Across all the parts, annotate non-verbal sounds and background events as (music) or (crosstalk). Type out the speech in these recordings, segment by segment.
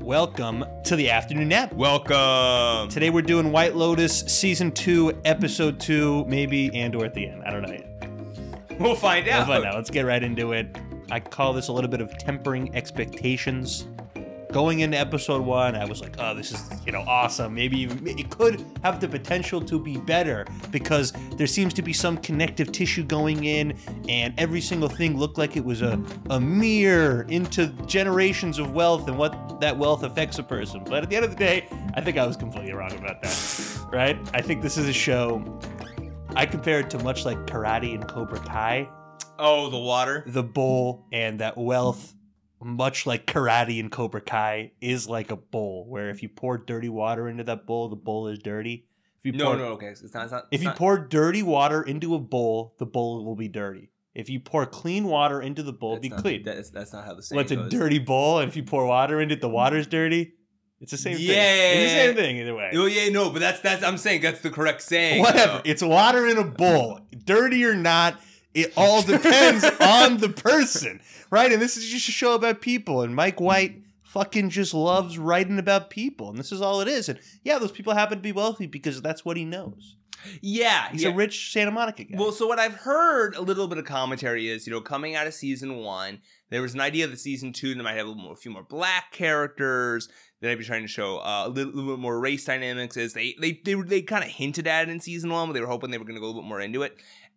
Welcome to the afternoon nap. Welcome. Today we're doing White Lotus season two, episode two, maybe and or at the end. I don't know yet. (laughs) We'll find We'll out. find out. Let's get right into it. I call this a little bit of tempering expectations. Going into episode one, I was like, "Oh, this is you know awesome. Maybe even, it could have the potential to be better because there seems to be some connective tissue going in, and every single thing looked like it was a a mirror into generations of wealth and what that wealth affects a person." But at the end of the day, I think I was completely wrong about that. Right? I think this is a show. I compare it to much like karate and Cobra Kai Oh, the water. the bowl and that wealth, much like karate and Cobra Kai, is like a bowl where if you pour dirty water into that bowl, the bowl is dirty. If you No, pour, no, okay. It's not. It's not if it's you not- pour dirty water into a bowl, the bowl will be dirty. If you pour clean water into the bowl, it'll be that's not- clean. That's, that's not how the saying Well, it's a goes. dirty bowl, and if you pour water into it, the water's dirty. It's the same thing. It's the Yeah. same thing either way. Oh yeah, no, but that's that's. I'm saying that's the correct saying. Whatever. though. It's water in a bowl. Dirty or not, it all (laughs) depends on the person, right? And this is just a show about people. And Mike White fucking just loves writing about people. And this is all it is. And yeah, those people happen to be wealthy because that's what he knows. Yeah. He's yeah. a rich Santa Monica guy. Well, so what I've heard a little bit of commentary is, you know, coming out of season one, there was an idea that season two they might have a, little more, a few more black characters. They might be trying to show uh, a little, little bit more race dynamics. As they they they, were- they kind of hinted at it in season one, but they were hoping they were going to go a little bit more into it.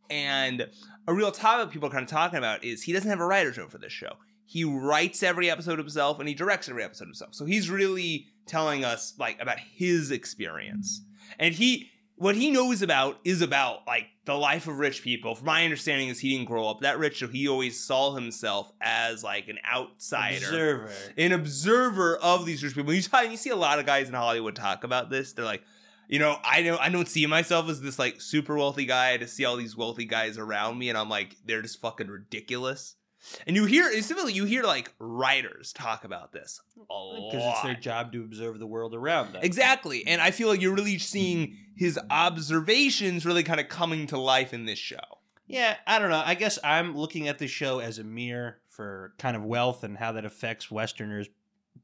And a real topic people are kind of talking about is he doesn't have a writer's room for this show. He writes every episode himself and he directs every episode himself. So he's really telling us like about his experience. And he what he knows about is about like the life of rich people. From my understanding is he didn't grow up that rich, so he always saw himself as like an outsider observer. an observer of these rich people. You, t- you see a lot of guys in Hollywood talk about this. They're like, you know, I don't, I don't see myself as this like super wealthy guy. I just see all these wealthy guys around me, and I'm like, they're just fucking ridiculous. And you hear, it's similarly, you hear like writers talk about this a lot. Because it's their job to observe the world around them. Exactly. And I feel like you're really seeing his observations really kind of coming to life in this show. Yeah, I don't know. I guess I'm looking at this show as a mirror for kind of wealth and how that affects Westerners'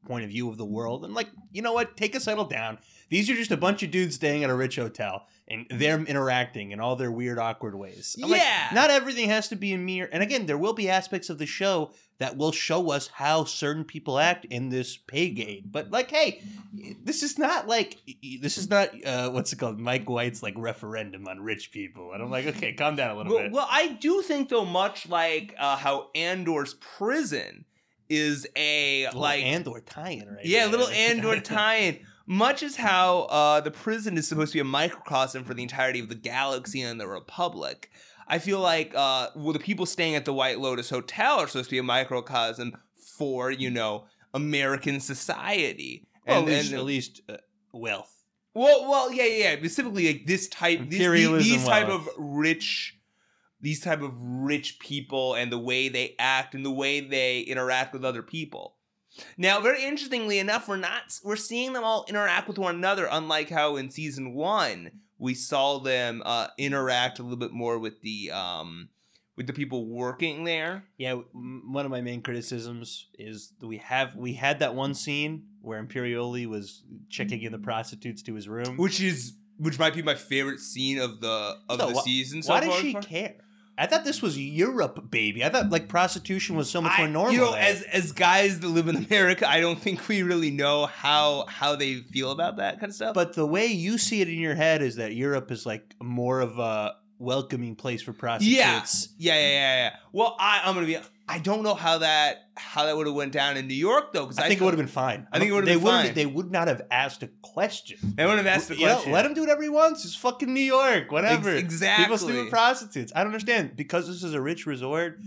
point of view of the world. And like, you know what? Take a settle down. These are just a bunch of dudes staying at a rich hotel and they're interacting in all their weird, awkward ways. I'm like, Yeah. not everything has to be a mirror. And again, there will be aspects of the show that will show us how certain people act in this pay gate. But like, hey, this is not like this is not uh, what's it called? Mike White's like referendum on rich people. And I'm like, okay, calm down a little Well, bit. well, I do think though, much like uh, how Andor's prison is a Little like Andor tie-in, right? yeah, there. little (laughs) Andor (laughs) tie-in. Much as how uh, the prison is supposed to be a microcosm for the entirety of the galaxy and the Republic, I feel like uh, well, the people staying at the White Lotus Hotel are supposed to be a microcosm for you know American society. well, And- at least, and- at least uh, wealth. well, well, yeah, yeah, yeah. Specifically, like this type, these, these, Imperialism these type wealth. of rich, these type of rich people, and the way they act and the way they interact with other people. Now, very interestingly enough, we're not we're seeing them all interact with one another, unlike how in season one we saw them uh, interact a little bit more with the um with the people working there. Yeah, w- m- one of my main criticisms is that we have we had that one scene where Imperioli was checking in the prostitutes to his room. Which is which might be my favorite scene of the of So the wh- season. So Why far, did she care? I thought this was Europe, baby. I thought like prostitution was so much I- more normal. You know, there. as as guys that live in America, I don't think we really know how how they feel about that kind of stuff. but the way you see it in your head is that Europe is like more of a welcoming place for prostitutes. yeah, yeah, yeah, yeah. Well, I I'm gonna be. I don't know how that how that would have went down in New York though, because I, I, think it would have been fine. I think it would've They been wouldn't- fine. They would not have asked a question. They wouldn't have asked the You know, question. let him do whatever he wants. It's fucking New York, whatever. Ex- exactly. People sleep with prostitutes. I don't understand because this is a rich resort.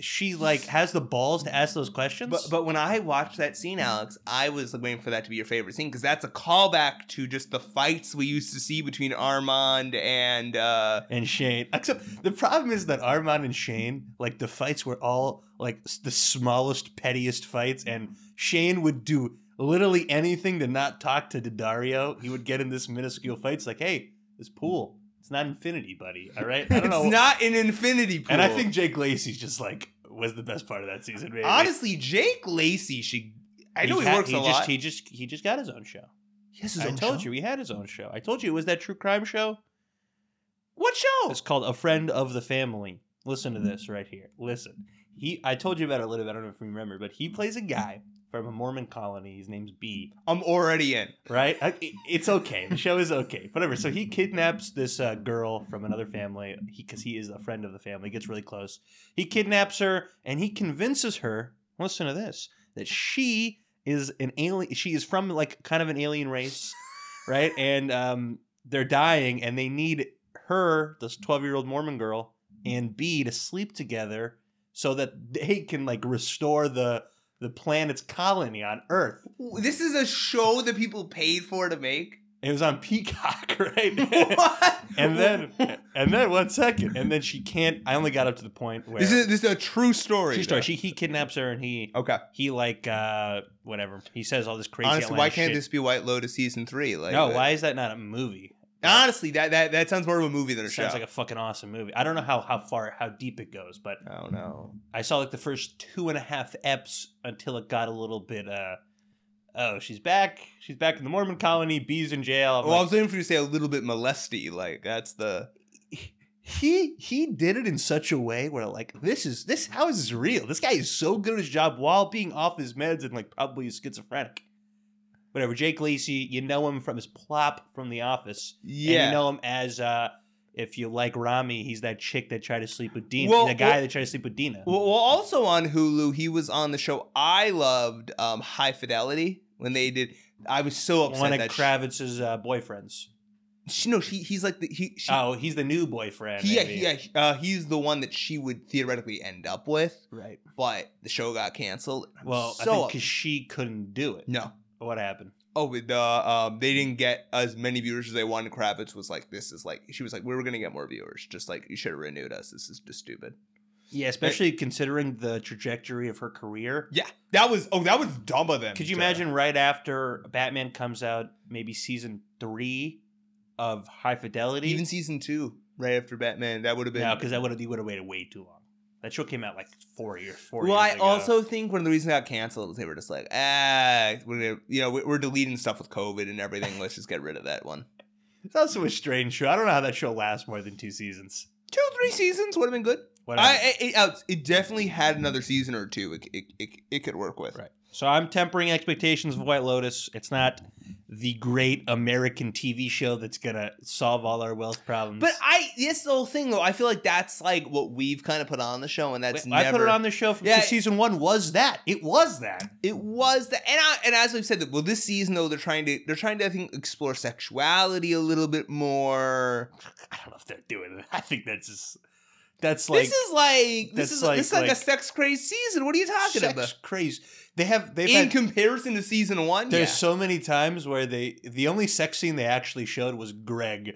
She like has the balls to ask those questions. But but when I watched that scene, Alex, I was waiting for that to be your favorite scene because that's a callback to just the fights we used to see between Armand and uh, and Shane, except the problem is that Armand and Shane, like the fights were all like s- the smallest, pettiest fights, and Shane would do literally anything to not talk to Daddario. He would get in this minuscule fights, like, "Hey, this pool, it's not infinity, buddy. All right, (laughs) I don't (laughs) it's know." not an infinity pool. and I think Jake Lacey's just like was the best part of that season, maybe. Honestly, Jake Lacey should. I know He's he ha- works he a just, lot. He just he just got his own show. Yes, I told you he had his own show. I told you it was that true crime show. What show? It's called A Friend of the Family. Listen to this right here. Listen. He I told you about it a little bit, I don't know if you remember, but he plays a guy from a Mormon colony. His name's B. I'm already in. right? I, it- it's okay. The show is okay. Whatever. So he kidnaps this uh, girl from another family because he, is a friend of the family. Gets really close. He kidnaps her and he convinces her. Listen to this: that she is an alien. She is from like kind of an alien race, right? And um, they're dying, and they need her, this twelve-year-old Mormon girl, and B to sleep together so that they can like restore the the planet's colony on Earth. This is a show that people paid for (laughs) to make. It was on Peacock, (laughs) right? what? and then and then one second. And then she can't I only got up to the point where this is this is a true story. True story. though. She he kidnaps her and he okay. he like uh whatever. He says all this crazy Honestly, why outlandish can't shit. this be White Lotus season three? Like, No, uh, why is that not a movie? Honestly, that, that that sounds more of a movie than a It show. sounds like a fucking awesome movie. I don't know how how far how deep it goes, but I don't know. I saw like the first two and a half eps until it got a little bit uh oh, she's back. She's back in the Mormon colony, bees in jail. I'm Well, like, I was waiting for you to say a little bit molesty. Like that's the he he did it in such a way where like this is this how is this real? This guy is so good at his job while being off his meds and like probably schizophrenic. Whatever, Jake Lacey, you know him from his plop from The Office. And yeah. you know him as uh if you like Rami, he's that chick that tried to sleep with Dina. Well, the guy well- that tried to sleep with Dina. well, well, also on Hulu, he was on the show I loved, um, High Fidelity. When they did, I was so upset one of that she- Kravitz's uh, boyfriends. she, no, she, he's like the he, she, oh, he's the new boyfriend. he, yeah, maybe. he- yeah, uh, he's the one that she would theoretically end up with, Right. but the show got canceled. I'm Well, I so think up- because she couldn't do it. no, What happened? oh, with the um, they didn't get as many viewers as they wanted. Kravitz was like, "This is like," she was like, "We were gonna get more viewers. Just like you should have renewed us. This is just stupid." Yeah, especially Uh, considering the trajectory of her career. Yeah, that was oh, that was dumb of them. Could you to- imagine right after Batman comes out, maybe season three of High Fidelity? even season two right after Batman? That would have been no, because that would have you would have waited way too long. That show came out like four years. Four Well, I years ago. also think one of the reasons it got canceled is they were just like, ah, we're gonna, you know, we- we're deleting stuff with COVID and everything. Let's just get rid of that one. it's also a strange show. I don't know how that show lasts more than two seasons. Two, three seasons would have been good. Whatever. I, it, it, uh, it definitely had another season or two. It, it, it, it could work with. Right. so I'm tempering expectations of White Lotus. It's not the great American TV show that's gonna solve all our wealth problems. But I, that's the whole thing though. I feel like that's like what we've kind of put on the show, and that's I never. put it on the show from Yeah. season one. Was that? It was that. It was the and I, and as we've said that well this season though they're trying to they're trying to I think explore sexuality a little bit more. I don't know if they're doing it. I think that's just that's like this is like that's this is like- this is like, like- a sex crazed season. What are you talking sex about? crazy. They have they've In had comparison to season one, there's yeah. (laughs) so many times where they the only sex scene they actually showed was Greg,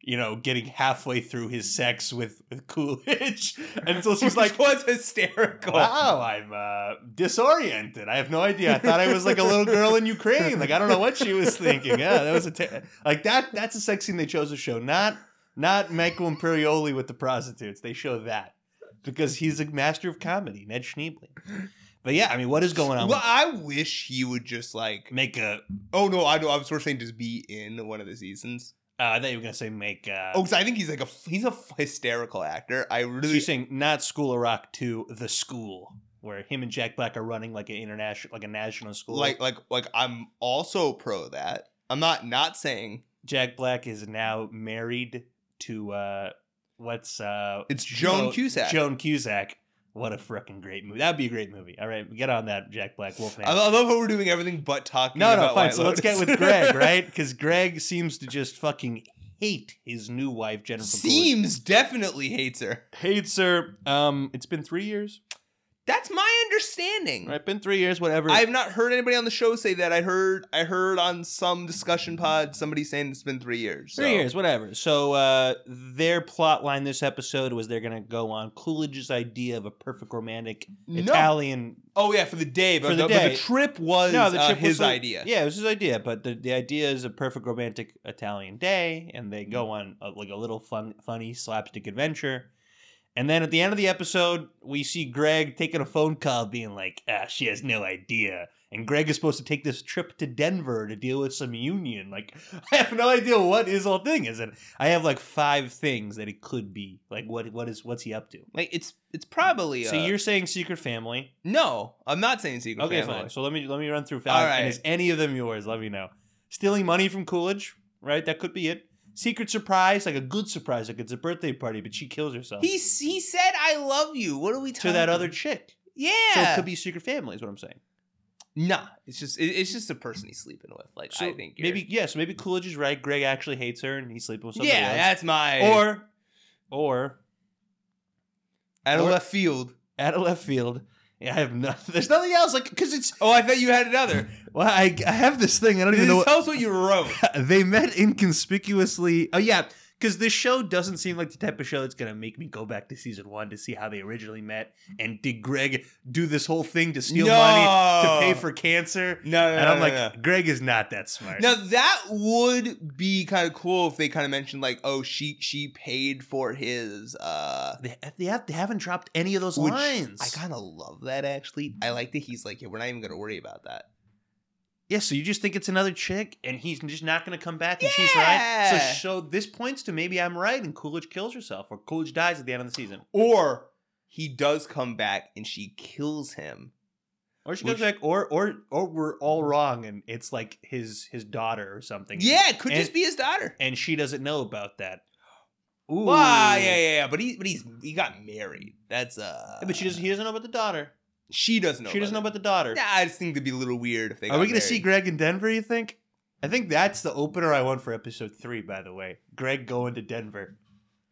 you know, getting halfway through his sex with with Coolidge, (laughs) and so she's (laughs) like. "What's hysterical?" Wow, I'm uh, disoriented. I have no idea. I thought I was like a little girl in Ukraine. Like I don't know what she was thinking. Yeah, that was a ter- like that. That's a sex scene they chose to show. Not not Michael Imperioli with the prostitutes. They show that because he's a master of comedy, Ned Schneebly. But yeah, I mean, what is going on? Well, I wish he would just like. make a. uh, Oh no, I know. I was sort of saying just be in one of the seasons. Uh, I thought you were gonna say make. Uh, Oh, 'cause I think he's like a he's a hysterical actor. I so really you're saying not School of Rock to the school where him and Jack Black are running like an international, like a national school. like like like I'm also pro that. I'm not not saying Jack Black is now married to uh what's uh it's Joan Jo- Cusack. Joan Cusack. What a freaking great movie. That'd be a great movie. All right, get on that, Jack Black Wolfman. I lo- I love how we're doing everything but talking. no, no, about fine. White So let's get Lotus. with (laughs) Greg, right? Because Greg seems to just fucking hate his new wife, Jennifer. Coolidge. Seems definitely hates her. hates her. Um, it's been three years. That's my understanding. Right, been three years. Whatever. I have not heard anybody on the show say that. I heard I heard on some discussion pod somebody saying it's been three years. Three so. years, whatever. So uh, their plot line this episode was they're gonna go on Coolidge's idea of a perfect romantic No. Italian Oh yeah, for the day. But, For the the, but day. the trip was No, the uh, trip was his like- idea. Yeah, it was his idea, but the, the idea is a perfect romantic Italian day, and they go on a, like a little fun, funny slapstick adventure. And then at the end of the episode, we see Greg taking a phone call, being like, ah, "She has no idea." And Greg is supposed to take this trip to Denver to deal with some union. Like, (laughs) I have no idea what his whole thing is, and I have like five things that it could be. Like, what what is what's he up to? Like it's it's probably Mm. So uh, you're saying secret family? no. I'm not saying secret. Okay, Family. fine. So let me let me run through five. All And right. is any of them yours? Let me know. Stealing money from Coolidge, right? That could be it. Secret surprise, like a good surprise, like it's a birthday party, but she kills herself. He s- he said I love you. What are we talking to that other chick. Yeah. So it could be secret family, is what I'm saying. nah. It's just it, it's just the person he's sleeping with. Like So I think you're- maybe yeah. So maybe Coolidge is right. Greg actually hates her, and he's sleeping with somebody Yeah, else. that's my Or, or out of or- left field. out of left field. Yeah, I have nothing. (laughs) There's nothing else. Like because it's Oh, I thought you had another. well, (laughs) I, I have this thing. I don't even know. Tell What, us what you wrote. they met inconspicuously. Oh yeah, because this show doesn't seem like the type of show that's gonna make me go back to season one to see how they originally met and did Greg do this whole thing to (laughs) steal money to pay No. for cancer. No, no, And no, I'm no, like, (laughs) no. Greg is not that smart. Now that would be kind of cool if they kind of mentioned like, oh, she she paid for his. uh They, they, have, they haven't dropped any of those Which lines. I kind of love that actually. I like that he's like, yeah, we're not even gonna worry about that. yeah, so you just think it's another chick and he's just not going to come back and she's right. So, Yeah. so this points to maybe I'm right and Coolidge kills herself or Coolidge dies at the end of the season. Or he does come back and she kills him. Or she Which- goes back or or or we're all wrong and it's like his his daughter or something. Yeah, it could And- just be his daughter. And she doesn't know about that. Ooh. Wow, yeah, yeah, yeah. But he but he's he got married. That's uh. But she doesn't he doesn't know about the daughter. She doesn't know. she doesn't know about about the daughter. it. Nah, I just think it'd be a little weird if they. Are got we going married. to see Greg in Denver, you think? I think that's the opener I want for episode 3 by the way. Greg going to Denver.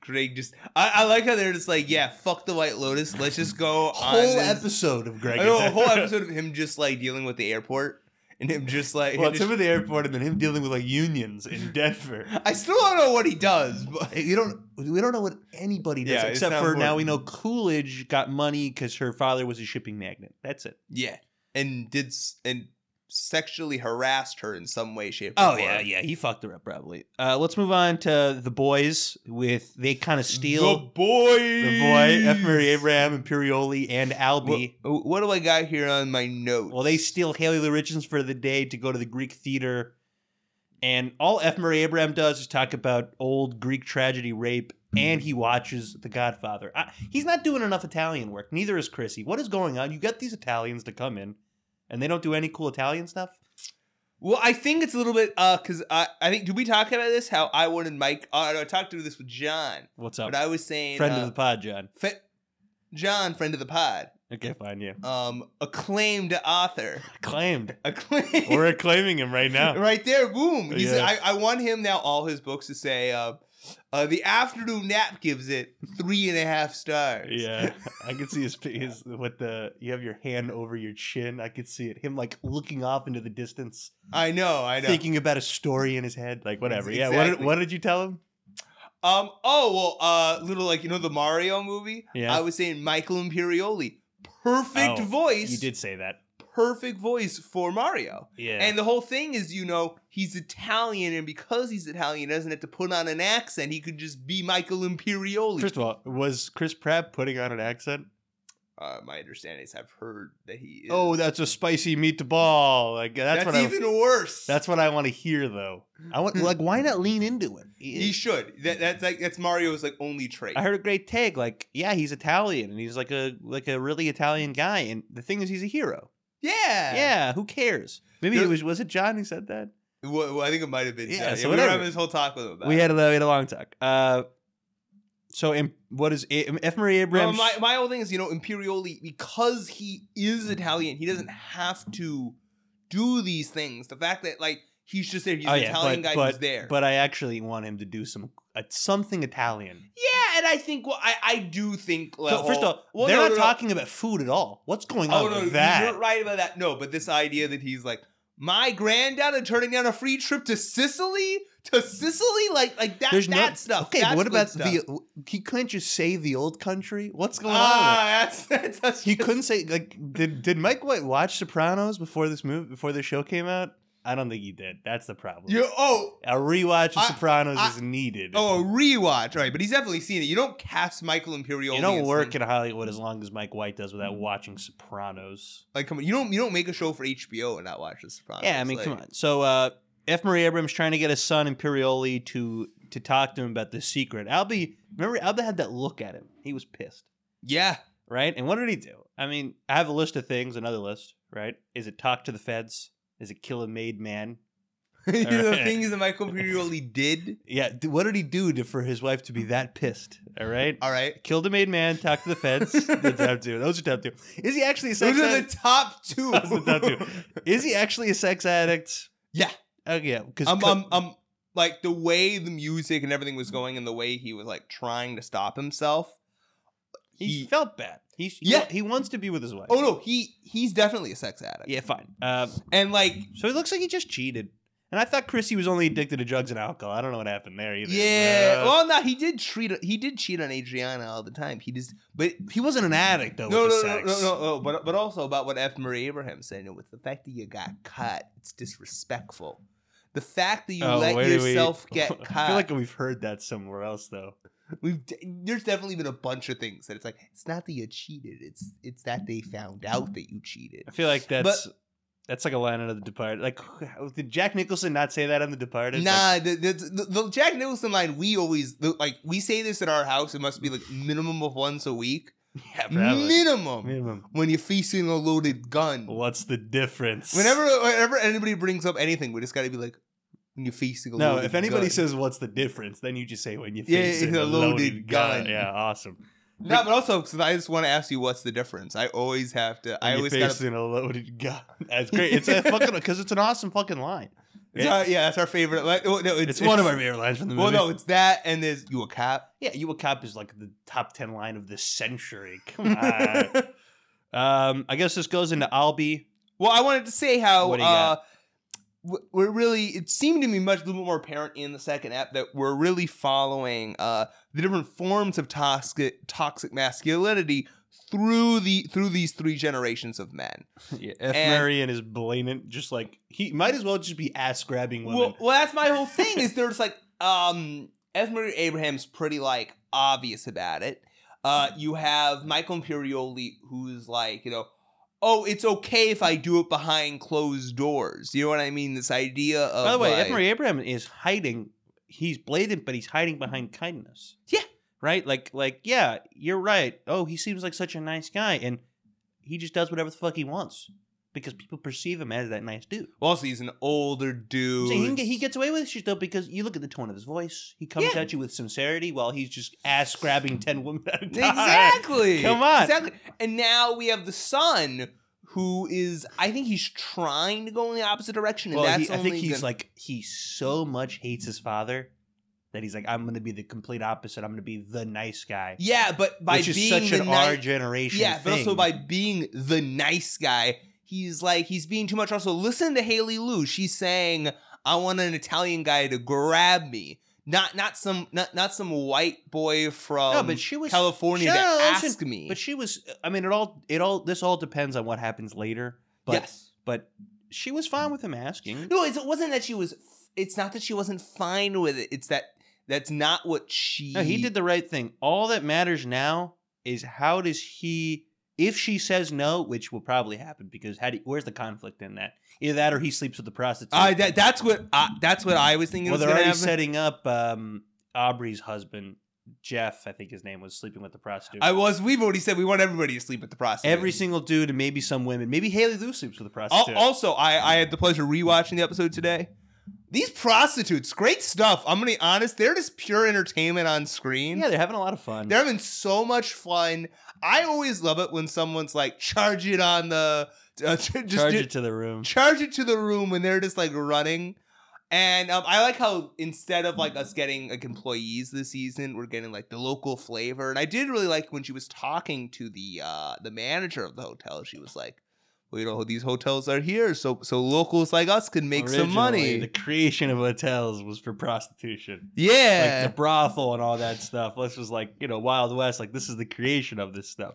Greg just? I, I like how they're just like, yeah, fuck the White Lotus. Let's just go on (laughs) whole this- episode of Greg. I know a whole episode of him just like dealing with the airport and him just (laughs) like. well, him it's just- him at the airport, and then him dealing with like unions (laughs) in Denver. I still don't know what he does, but Eh, You don't. We don't know what anybody does Yeah, it's except not for now. important. We know Coolidge got money because her father was a shipping magnate. That's it. yeah, and did s- and sexually harassed her in some way, shape, or form. Oh, yeah. He fucked her up probably. Uh, let's move on to the boys with they kind of The steal boy, the, boy F. Murray Abraham, Imperioli, and What, Albie. what do I got here on my notes? Well, they steal Haley Lou Richards for the day to go to the Greek theater. And all F. Murray Abraham does is talk about old Greek tragedy rape, and he watches The Godfather. I, he's not doing enough Italian work. Neither is Chrissy. What is going on? You get these Italians to come in, and they don't do any cool Italian stuff. Well, I think it's a little bit uh, cause I, I think did we talk about this? How I wanted Mike. Uh, no, I talked to this with John, What's up? but I was saying Friend uh, of the pod, John. fe- John, friend of the pod, Okay, fine, (laughs) yeah. um, acclaimed author, (laughs) Claimed. acclaimed. We're acclaiming him right now. (laughs) right there, boom. He's, Yeah. I, I want him now. All his books to say, uh, uh, the afternoon nap gives it three and a half stars. Yeah, I can see his, his with the you have your hand over your chin. I could see it. Him like looking off into the distance. I know, I know. thinking about a story in his head, like whatever. Ex- Yeah. What did, exactly. what did you tell him? Um. Oh well. Uh. Little like you know the Mario movie. Yeah. I was saying Michael Imperioli, perfect Oh, voice. You did say that. perfect voice for Mario. Yeah. And the whole thing is, you know, he's Italian, and because he's Italian, he doesn't have to put on an accent. He could just be Michael Imperioli. first of all, was Chris Pratt putting on an accent? uh, my understanding is, I've heard that he. Is. Oh, that's a spicy meatball. Like that's, that's, what even I. worse. That's what I want to hear though. I want like why not lean into it? (laughs) he should. That, that's like that's Mario's like only trait. I heard a great tag like yeah he's Italian and he's like a like a really Italian guy and the thing is he's a hero. yeah. Yeah, who cares? Maybe There- it was was it John who said that? Well, well, I think it might have been. Yeah, Yeah. so yeah we were whatever. having this whole talk with him about. We it. had a, we had a long talk. Uh, so um, what is F. Murray Well, Abrams? my, my whole thing is, you know, Imperioli, because he is Italian, he doesn't have to do these things. The fact that, like, he's just there, he's an Italian Oh, but, guy but, who's there. But I actually want him to do some uh, something Italian. yeah, and I think, well, I, I do think, like, So first well- off, well, they're no, not no, no. talking about food at all. What's (laughs) going on oh, no, with that? you're right about that. No, but this idea that he's like, my granddaughter turning down a free trip to Sicily? To Sicily? Like, like that, There's no- that stuff. Okay, that's what good about stuff. the? He couldn't just say the old country. What's going on? with Ah, that's, (laughs) that's, that's that? He couldn't say like did did Mike White watch Sopranos before this move before this show came out? I don't think he did. That's the problem. You oh a rewatch of I- Sopranos I- is needed. oh a rewatch right, but he's definitely seen it. You don't cast Michael Imperioli. you don't as work Lin- in Hollywood as long as Mike White does without watching Sopranos. like come on. You don't you don't make a show for HBO and not watch The Sopranos. Yeah, I mean, like, come on. So uh, F. Murray Abrams trying to get his son Imperioli to to talk to him about the secret. Albie, remember Albie had that look at him. He was pissed, Yeah, (laughs) right? And what did he do? I mean, I have a list of things. Another list, right? Is it talk to the feds? Is it kill a made man? you know, the Alright. things that Michael Imperioli did. Yeah. d- What did he do to, for his wife to be that pissed? All right. All right, Kill the made man. Talk to the (laughs) feds. That's top two. Those are top two. Is he actually a sex those are addict? (laughs) the top two. Those are the top two. Is he actually a sex addict? Yeah. Oh yeah, because um, um, um, like the way the music and everything was going, and the way he was like trying to stop himself. he, he- felt bad. He he- Yeah. he wants to be with his wife. Oh no, he he's definitely a sex addict. Yeah, fine. Um, and like so it looks like he just cheated. And I thought Chrissy was only addicted to drugs and alcohol. I don't know what happened there either. yeah, Uh, well no, he did treat he did cheat on Adriana all the time. He just but he wasn't an addict though. no with no, the no sex. no no no but but also about what F. Murray Abraham said you know, with the fact that you got Mm-hmm. caught, it's disrespectful. The fact that you Oh, let where did (laughs) yourself we... get I caught. feel like we've heard that somewhere else though. We've d- there's definitely been a bunch of things that it's like it's not that you cheated, it's it's that they found out that you cheated. I feel like that's that's like a line out of The Departed. Like, did Jack Nicholson not say that on The Departed? Like, Nah, the, the, the, the Jack Nicholson line we always the, like we say this at our house. It must be like minimum of once a week. (laughs) yeah, probably. Minimum Minimum. when you're facing a loaded gun. What's the difference? Whenever whenever anybody brings up anything, we just gotta be like, when you're facing a No, loaded if anybody gun. says what's the difference, then you just say when you Yeah, face it's a, a loaded, loaded gun. gun. Yeah, awesome. no, but also 'cause I just want to ask you what's the difference. I always have to. I When always you're gotta. facing a loaded gun. (laughs) That's great. It's a fucking because it's an awesome fucking line. it's our- yeah, it's our favorite. Like, oh, no, It's, it's, one of our favorite lines from the Well, movie. no, it's that and there's you a cop. yeah, you a cop is like the top ten line of this century. Come (laughs) (laughs) on. um, I guess this goes into Albie. Well, I wanted to say how What do you uh, w- we're really. It seemed to me much a little more apparent in the second app that we're really following uh, the different forms of toxic toxic masculinity through the through these three generations of men. Yeah, F. And- Murray and his blatant, just like he might as well just be ass grabbing women. Well, well, that's my whole thing. is there's like um, F. Murray Abraham's pretty like obvious about it. Uh, you have Michael Imperioli, who's like you know. Oh, it's okay if I do it behind closed doors. You know what I mean? This idea of By the way, F. like- Murray Abraham is hiding. He's blatant, but he's hiding behind kindness. Yeah. Right? Like, like, yeah, you're right. Oh, he seems like such a nice guy, and he just does whatever the fuck he wants because people perceive him as that nice dude. Well, also, he's an older dude. So he, can get- (laughs) he gets away with shit though because you look at the tone of his voice. He comes Yeah. at you with sincerity while he's just ass grabbing ten women at a time. exactly. Come on. Exactly. And now we have the son who is, I think he's trying to go in the opposite direction. And Well, that's he, I think only he's gonna- like he so much hates his father that he's like, I'm gonna be the complete opposite. I'm gonna be the nice guy. Yeah, but by which is being such the an ni- our generation. Yeah, but also thing. by being the nice guy, he's like, he's being too much. Also, listen to Haley Lu. She's saying, I want an Italian guy to grab me. Not not some not not some white boy from no, but she was California to No, no, listen, ask me. But she was. I mean, it all. It all. This all depends on what happens later. But yes. but she was fine with him asking. No, it's, it wasn't that she was. f- It's not that she wasn't fine with it. It's that that's not what she. No, he did the right thing. All that matters now is how does he. If she says no, which will probably happen, because how do, where's the conflict in that? Either that or he sleeps with the prostitute. I that, that's what I, that's what I was thinking. well, was they're gonna already happen. setting up um, Aubrey's husband, Jeff. I think his name was sleeping with the prostitute. I was. We've already said we want everybody to sleep with the prostitute. Every single dude, and maybe some women. Maybe Haley Lou sleeps with the Al- prostitute. also, I I had the pleasure of rewatching the episode today. These prostitutes, great stuff. I'm gonna be honest. They're just pure entertainment on screen. yeah, they're having a lot of fun. They're having so much fun. I always love it when someone's like, charge it on the. Uh, (laughs) just Charge do- it to the room. charge it to the room when they're just like running. And um, I like how instead of like us getting like employees this season, we're getting like the local flavor. And I did really like when she was talking to the uh the manager of the hotel. She was like, "Well, you know, these hotels are here, so so locals like us can make some money." Originally, The creation of hotels was for prostitution. yeah, Like the brothel and all that stuff. This was like, you know, Wild West. Like this is the creation of this stuff.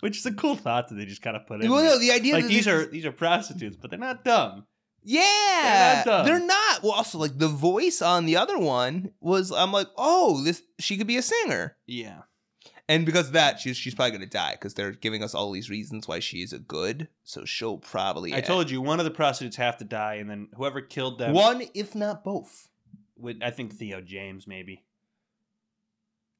Which is a cool thought that they just kind of put in. well, there. no, the idea like that these are this- these are prostitutes, but they're not dumb. Yeah, They're not dumb. they're not. Well, also like the voice on the other one was. I'm like, oh, this she could be a singer, Yeah. and because of that, she's she's probably gonna die because they're giving us all these reasons why she's a good. So she'll probably. I told you one of the prostitutes have to die, and then whoever killed them one, if not both. would I think Theo James maybe.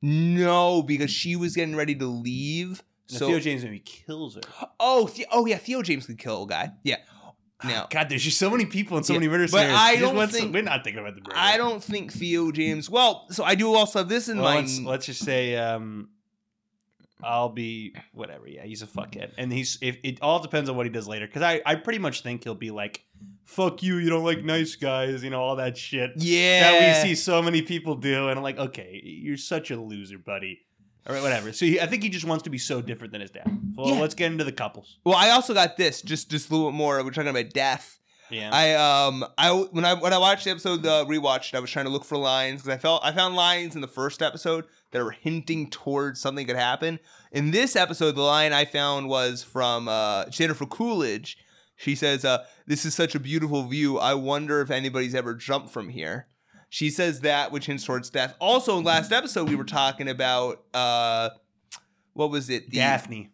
No, because she was getting ready to leave. No, So Theo James maybe kills her. oh, the- oh yeah, Theo James could kill a guy. Yeah, no. (sighs) God, there's just so many people and so Yeah, many murder but scenarios. I You just don't want some- think- we're not thinking about the murder. I don't think Theo James. Well, so I do also have this in Well, mind. let's, let's just say um, I'll be whatever. Yeah, he's a fuckhead, and he's if it all depends on what he does later. Because I I pretty much think he'll be like, "Fuck you, you don't like nice guys," you know, all that shit yeah, that we see so many people do, and I'm like, okay, you're such a loser, buddy. All right, whatever. So he, I think he just wants to be so different than his dad. Well, Yeah. let's get into the couples. Well, I also got this. Just just a little bit more. We're talking about death. Yeah. I um I when I when I watched the episode the rewatched, I was trying to look for lines because I felt I found lines in the first episode that were hinting towards something could happen. In this episode, the line I found was from uh, Jennifer Coolidge. She says, uh, "This is such a beautiful view. I wonder if anybody's ever jumped from here." She says that, which hints towards death. Also, in last episode, we were talking about uh, what was it? The, Daphne.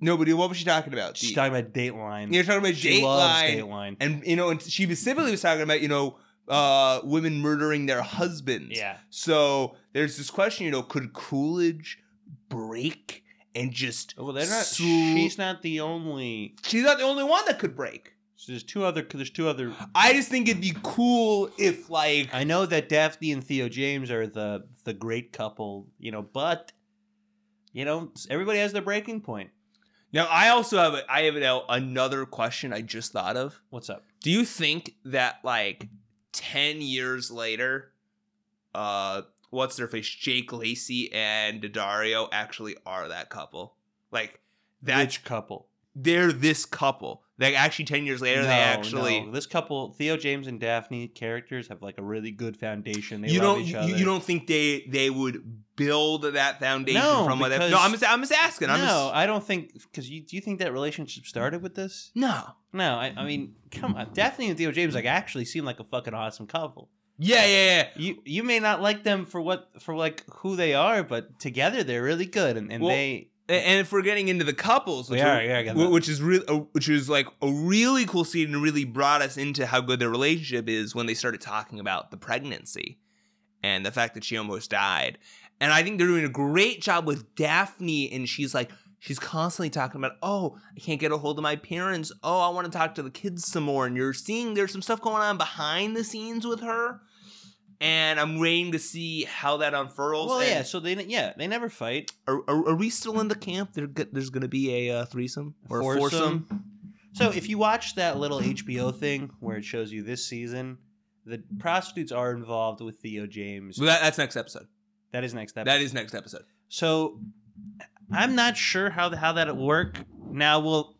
Nobody. What was she talking about? She's The- talking about Dateline. You're talking about she loves Dateline, Dateline. and you know, and she specifically was talking about you know uh, women murdering their husbands. Yeah. So there's this question, you know, could Coolidge break and just? Well, they're not. So- she's not the only. She's not the only one that could break. So there's two other. There's two other. I just think it'd be cool if like I know that Daphne and Theo James are the the great couple, you know, but you know, everybody has their breaking point. now. I also have a, I have now another question I just thought of. What's up? Do you think that like ten years later, uh, what's their face, Jake Lacey and Daddario actually are that couple? Like that Which couple? they're this couple. Like actually, ten years later, No, they actually. no. this couple, Theo James and Daphne characters have like a really good foundation. They You love don't. each You, other. you don't think they they would build that foundation No, from what? they- No, because- I'm just. I'm just asking. no, I'm just, I don't think because you do you think that relationship started with this? no. No, I, I mean, come on, Daphne and Theo James like actually seem like a fucking awesome couple. Yeah, yeah, yeah. You you may not like them for what for like who they are, but together they're really good, and, and Well, they And, and if we're getting into the couples, we which are are, yeah, I got Wh- that. which is real, uh, which is like a really cool scene and really brought us into how good their relationship is when they started talking about the pregnancy and the fact that she almost died. And I think they're doing a great job with Daphne, and she's like, she's constantly talking about, oh, I can't get a hold of my parents. Oh, I want to talk to the kids some more. And you're seeing there's some stuff going on behind the scenes with her. And I'm waiting to see how that unfurls. well And yeah, so they yeah they never fight. Are, are, are we still in the camp? There, go- there's going to be a uh, threesome or Foursome. a foursome. So if you watch that little HBO thing where it shows you this season, the prostitutes are involved with Theo James. Well, that, that's next episode. That is next. Episode. That is next episode. So I'm not sure how the, how that'll work. Now we'll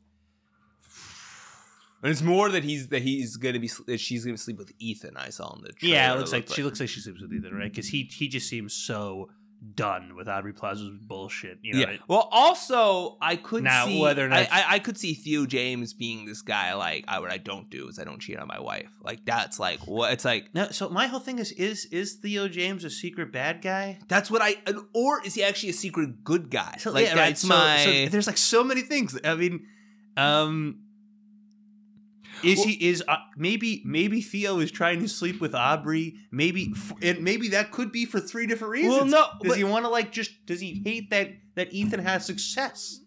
And it's more that he's that he's gonna be that she's gonna sleep with Ethan. I saw in the trailer. yeah, it looks like she looks like she sleeps with Ethan, right? Because he he just seems so done with Aubrey Plaza's bullshit. You know, yeah. Well, also I could Now, see whether or not- I, I, I could see Theo James being this guy like I, what I don't do is I don't cheat on my wife. Like that's like what it's like. No, so my whole thing is is is Theo James a secret bad guy? That's what I and- or is he actually a secret good guy? So, like yeah, right, that's so- my. so there's like so many things. I mean, um, is Well- he is uh, maybe maybe Theo is trying to sleep with Aubrey? Maybe f- and maybe that could be for three different reasons. well, no, Does but, he want to like just? Does he hate that that Ethan has success?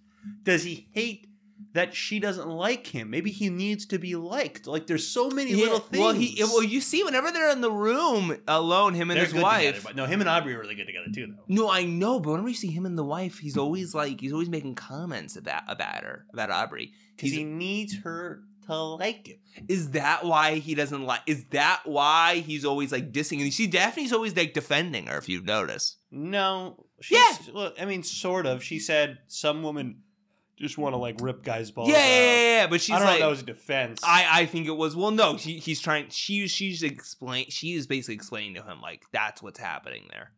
Does he hate that she doesn't like him? Maybe he needs to be liked. Like there's so many yeah, little things. Well, he well you see whenever they're in the room alone, him and They're his good wife. together, but- no, him and Aubrey are really good together too, though. No, I know, but whenever you see him and the wife, he's always like he's always making comments about about her, about Aubrey. Because He's- he needs her to like him. Is that why he doesn't like? Is that why he's always like dissing? And you see, Daphne's always like defending her if you notice. No. She's, Well, I mean, sort of. She said some women just want to like rip guys' balls. yeah, yeah, out. yeah, yeah, But she's I don't know like, if that was a defense. I I think it was. Well, no, she, he's trying. She she's explain. She is basically explaining to him like that's what's happening there.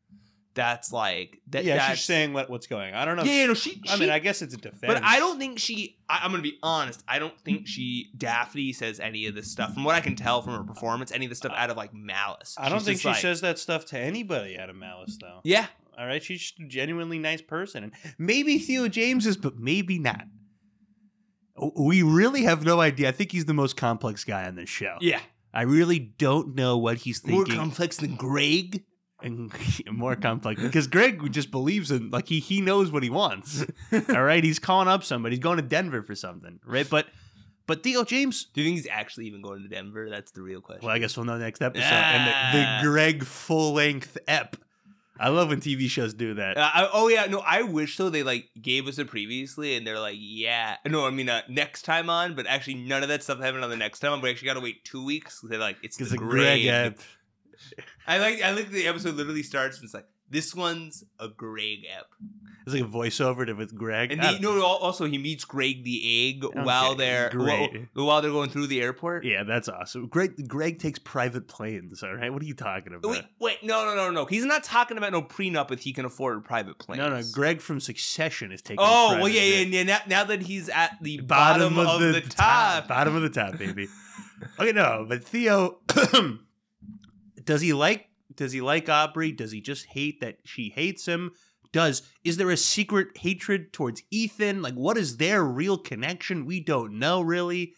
that's like that. yeah, that's, she's saying what, what's going. on. I don't know. Yeah, yeah, no, she. I she- mean, I guess it's a defense. but I don't think she. I, I'm gonna be honest. I don't think she Daphne says any of this stuff. From what I can tell from her performance, any of this stuff out of like malice. I don't She's think just she like- says that stuff to anybody out of malice, though. Yeah, All right, she's just a genuinely nice person, and maybe Theo James is, but maybe not. W- We really have no idea. I think he's the most complex guy on this show. yeah. I really don't know what he's More thinking. complex than Greg. and (laughs) more complex because Greg just believes in like he he knows what he (laughs) wants. All right, he's calling up somebody. He's going to Denver for something, right? But but Theo James. Do you think he's actually even going to Denver? That's the real question. Well, I guess we'll know next episode. And the, the Greg full length ep. I love when TV shows do that. Uh, I, oh yeah, no, I wish though they like gave us it previously, and they're like, yeah, no, I mean uh, next time on, but actually none of that stuff happened on the next time. on, We actually got to wait two weeks. 'cause They're like, it's Because the the Greg grade. ep. I like, I like the episode literally starts and it's like, this one's a Greg ep, It's like a voiceover to with Greg. and I they, don't- no, no, al- also he meets Greg the egg while Okay, they're while, great. while they're going through the airport. yeah, that's awesome. Greg Greg takes private planes. All right, what are you talking about? Wait, wait, no, no, no, no. He's not talking about no prenup if he can afford a private plane. no, no, Greg from Succession is taking. Oh private well, yeah, yeah, planes. yeah. Now, now that he's at the bottom, of, the, top, Bottom of the top, (laughs) baby. okay, no, but Theo (clears throat) does he like does he like Aubrey? Does he just hate that she hates him? Does is there a secret hatred towards Ethan? Like what is their real connection? We don't know really.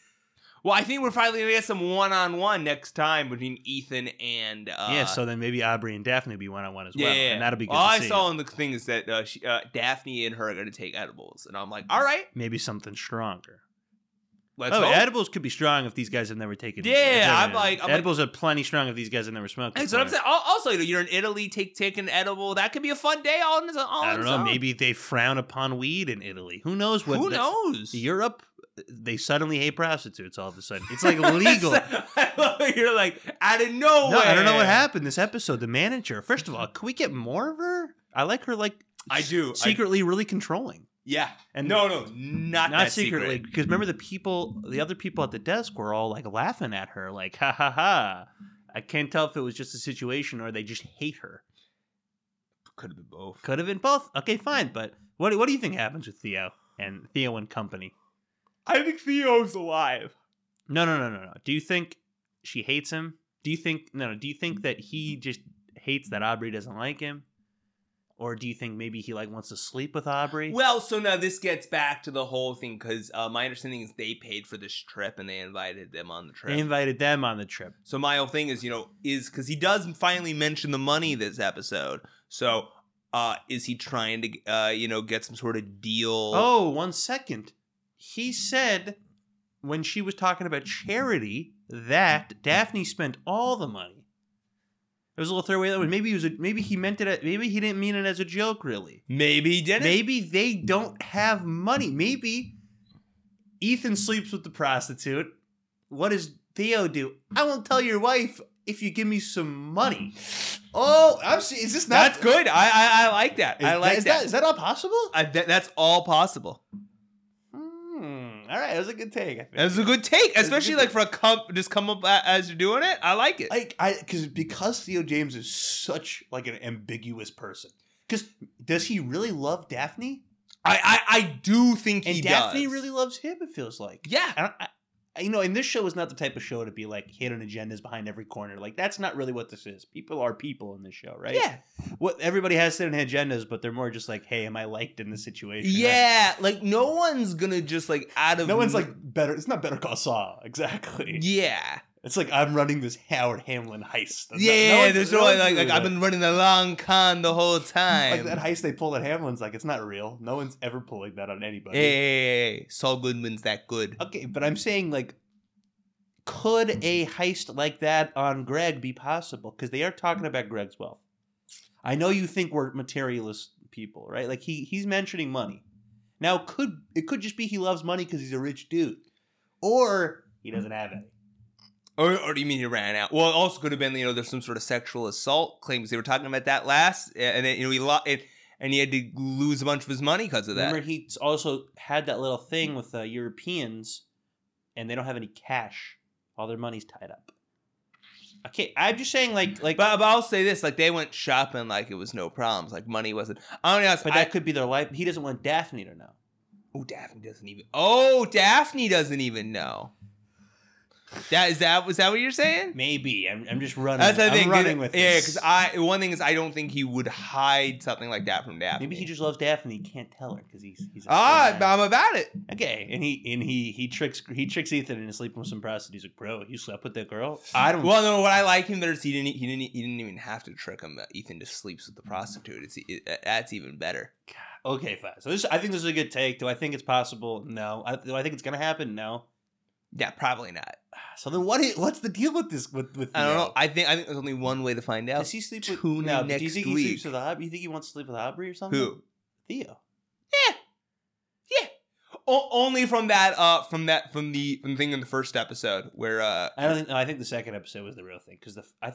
Well, I think we're finally gonna get some one-on-one next time between Ethan and uh, yeah, so then maybe Aubrey and Daphne will be one on one as yeah, well. yeah, And that'll be good. All to I see. saw in the thing is that uh, she, uh, Daphne and her are gonna take edibles, and I'm like, all right, maybe something stronger. let's oh, hope. edibles could be strong if these guys have never taken. Yeah, I'm Edibles like- I'm like- edibles are plenty strong if these guys have never smoked. That's what I'm before. saying. Al- Also, you know, you're in Italy, take take an edible. That could be a fun day. All on its own. I don't know. Maybe they frown upon weed in Italy. Who knows what? who the- knows? Europe, they suddenly hate prostitutes all of a sudden. It's like (laughs) legal. no, you're like out of nowhere. I don't know what happened this episode. The manager. First of all, can we get more of her? I like her. Like I do. I- secretly, really controlling. yeah. And no, no, not not that secretly, secret. because remember the people, the other people at the desk were all like laughing at her, like ha ha ha. I can't tell if it was just a situation or they just hate her. Could have been both. Could have been both. Okay, fine. But what what do you think happens with Theo and Theo and company? I think Theo's alive. No, no, no, no, no. Do you think she hates him? Do you think no, no? Do you think that he just hates that Aubrey doesn't like him, or do you think maybe he like wants to sleep with Aubrey? Well, so now this gets back to the whole thing because uh, my understanding is they paid for this trip and they invited them on the trip. they invited them on the trip. so my whole thing is, you know, is because he does finally mention the money this episode. So uh, is he trying to, uh, you know, get some sort of deal? Oh, one second. He said when she was talking about charity that Daphne spent all the money. It was a little throwaway. That was maybe he was a, maybe he meant it. a- Maybe he didn't mean it as a joke, really. maybe he didn't. Maybe they don't have money. Maybe Ethan sleeps with the prostitute. What does Theo do? I won't tell your wife if you give me some money. Oh, I'm see. Is this That's good. I, I I like that. I like that. Is that not possible? I, that- that's all possible. Hmm. All right, that was a good take. I think. That was a good take, That's a especially good like for a come just come up a- as you're doing it. I like it. like I because because Theo James is such like an ambiguous person. Because does he really love Daphne? I I, I do think And he Daphne does. really loves him. It feels like. yeah. I don't, I, I- you know, and this show is not the type of show to be like hidden agendas behind every corner. Like that's not really what this is. People are people in this show, right? Yeah. What everybody has hidden agendas, but they're more just like, hey, am I liked in this situation? Yeah, like no one's gonna just like out of No one's like better. It's not better call Saul. Exactly. yeah, It's like I'm running this Howard Hamlin heist. No- yeah. no one- there's no no one one like, doing like I've that. been running the long con the whole like time. that heist they pulled at Hamlin's. Like it's not real. No one's ever pulling that on hey, anybody. hey, hey, hey, Saul Goodman's that good. Okay, but I'm saying like, could a heist like that on Greg be possible? Because they are talking about Greg's wealth. I know you think we're materialist people, right? Like he he's mentioning money. Now it could it could just be he loves money because he's a rich dude, or he doesn't have any. Or, or do you mean he ran out? Well, it also could have been you know there's some sort of sexual assault claims they were talking about that last, and then you know he lost it, and he had to lose a bunch of his money because of that. Remember, he's also had that little thing with uh, Europeans, and they don't have any cash. All their money's tied up. Okay, I'm just saying, like, like, but, But, but I'll say this: like they went shopping like it was no problems. Like money wasn't. I don't know. But that could be their life. He doesn't want Daphne to know. oh, Daphne doesn't even. Oh, Daphne doesn't even know. That is that was that what you're saying? Maybe I'm, I'm just running. That's the I'm thing. 'cause- running with yeah, this. because I one thing is I don't think he would hide something like that from Daphne. maybe he just loves Daphne. He can't tell her because he's he's a ah, bad- I'm about it. okay. And he and he he tricks he tricks Ethan into sleeping with some prostitutes. He's like, bro, you slept with that girl. I don't. Well, no. What I like him better is he didn't. He didn't. He didn't even have to trick him. uh, Ethan just sleeps with the prostitute. It's it, that's even better. Okay, fine. So this I think this is a good take. Do I think it's possible? No. I, do I think it's gonna happen? No. Yeah, probably not. So then what? i- What's the deal with this? With with I don't Theo? know. I think. I think there's only one way to find out. Does he sleep with Tune no, but in Do you next think he week. sleeps with Aubrey? You think he wants to sleep with Aubrey or something? Who? Theo. O- only from that. Uh, from that. From the. From the thing in the first episode where. Uh, I don't think. No, I think the second episode was the real thing because the f- I,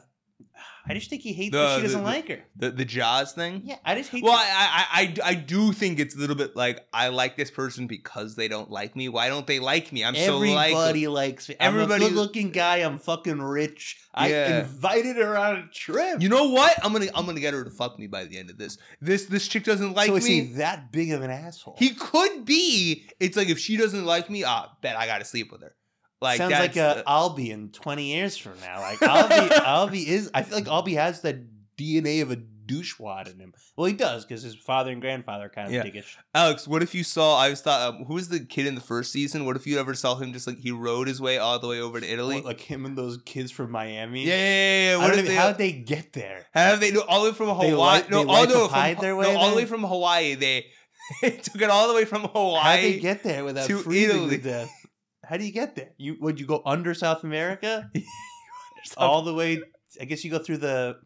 I just think he hates The- that she the- doesn't the- like her. the the Jaws thing. Yeah, I just hate. Well, that- I, I, I, I do think it's a little bit like I like this person because they don't like me. Why don't they like me? I'm so like everybody likes me. Everybody- I'm a good-looking guy. I'm fucking rich. I Yeah. invited her on a trip. You know what? I'm gonna I'm gonna get her to fuck me by the end of this. This this chick doesn't like so me. is he that big of an asshole? He could be. It's like if she doesn't like me, ah, bet I gotta sleep with her. Like sounds that's uh, like a Albie in 20 years from now. (laughs) Like Albie, Albie is. I feel like Albie has that DNA of a douchewad in him. Well, he does because his father and grandfather are kind of Yeah. dickish. the- Alex. What if you saw? I was thought. Um, who was the kid in the first season? What if you ever saw him just like he rode his way all the way over to Italy? What, like him and those kids from Miami. yeah, yeah, yeah, yeah. I What don't if even- they, how'd they get there? have they no, all the way from Hawaii? like- no, they all like the to way from hide their no, way all the way there? from Hawaii. They, (laughs) they took it all the way from How'd they Hawaii. get there without to freezing Italy. to (laughs) death? How do you get there? You would you go under South America? All the way I guess you go through the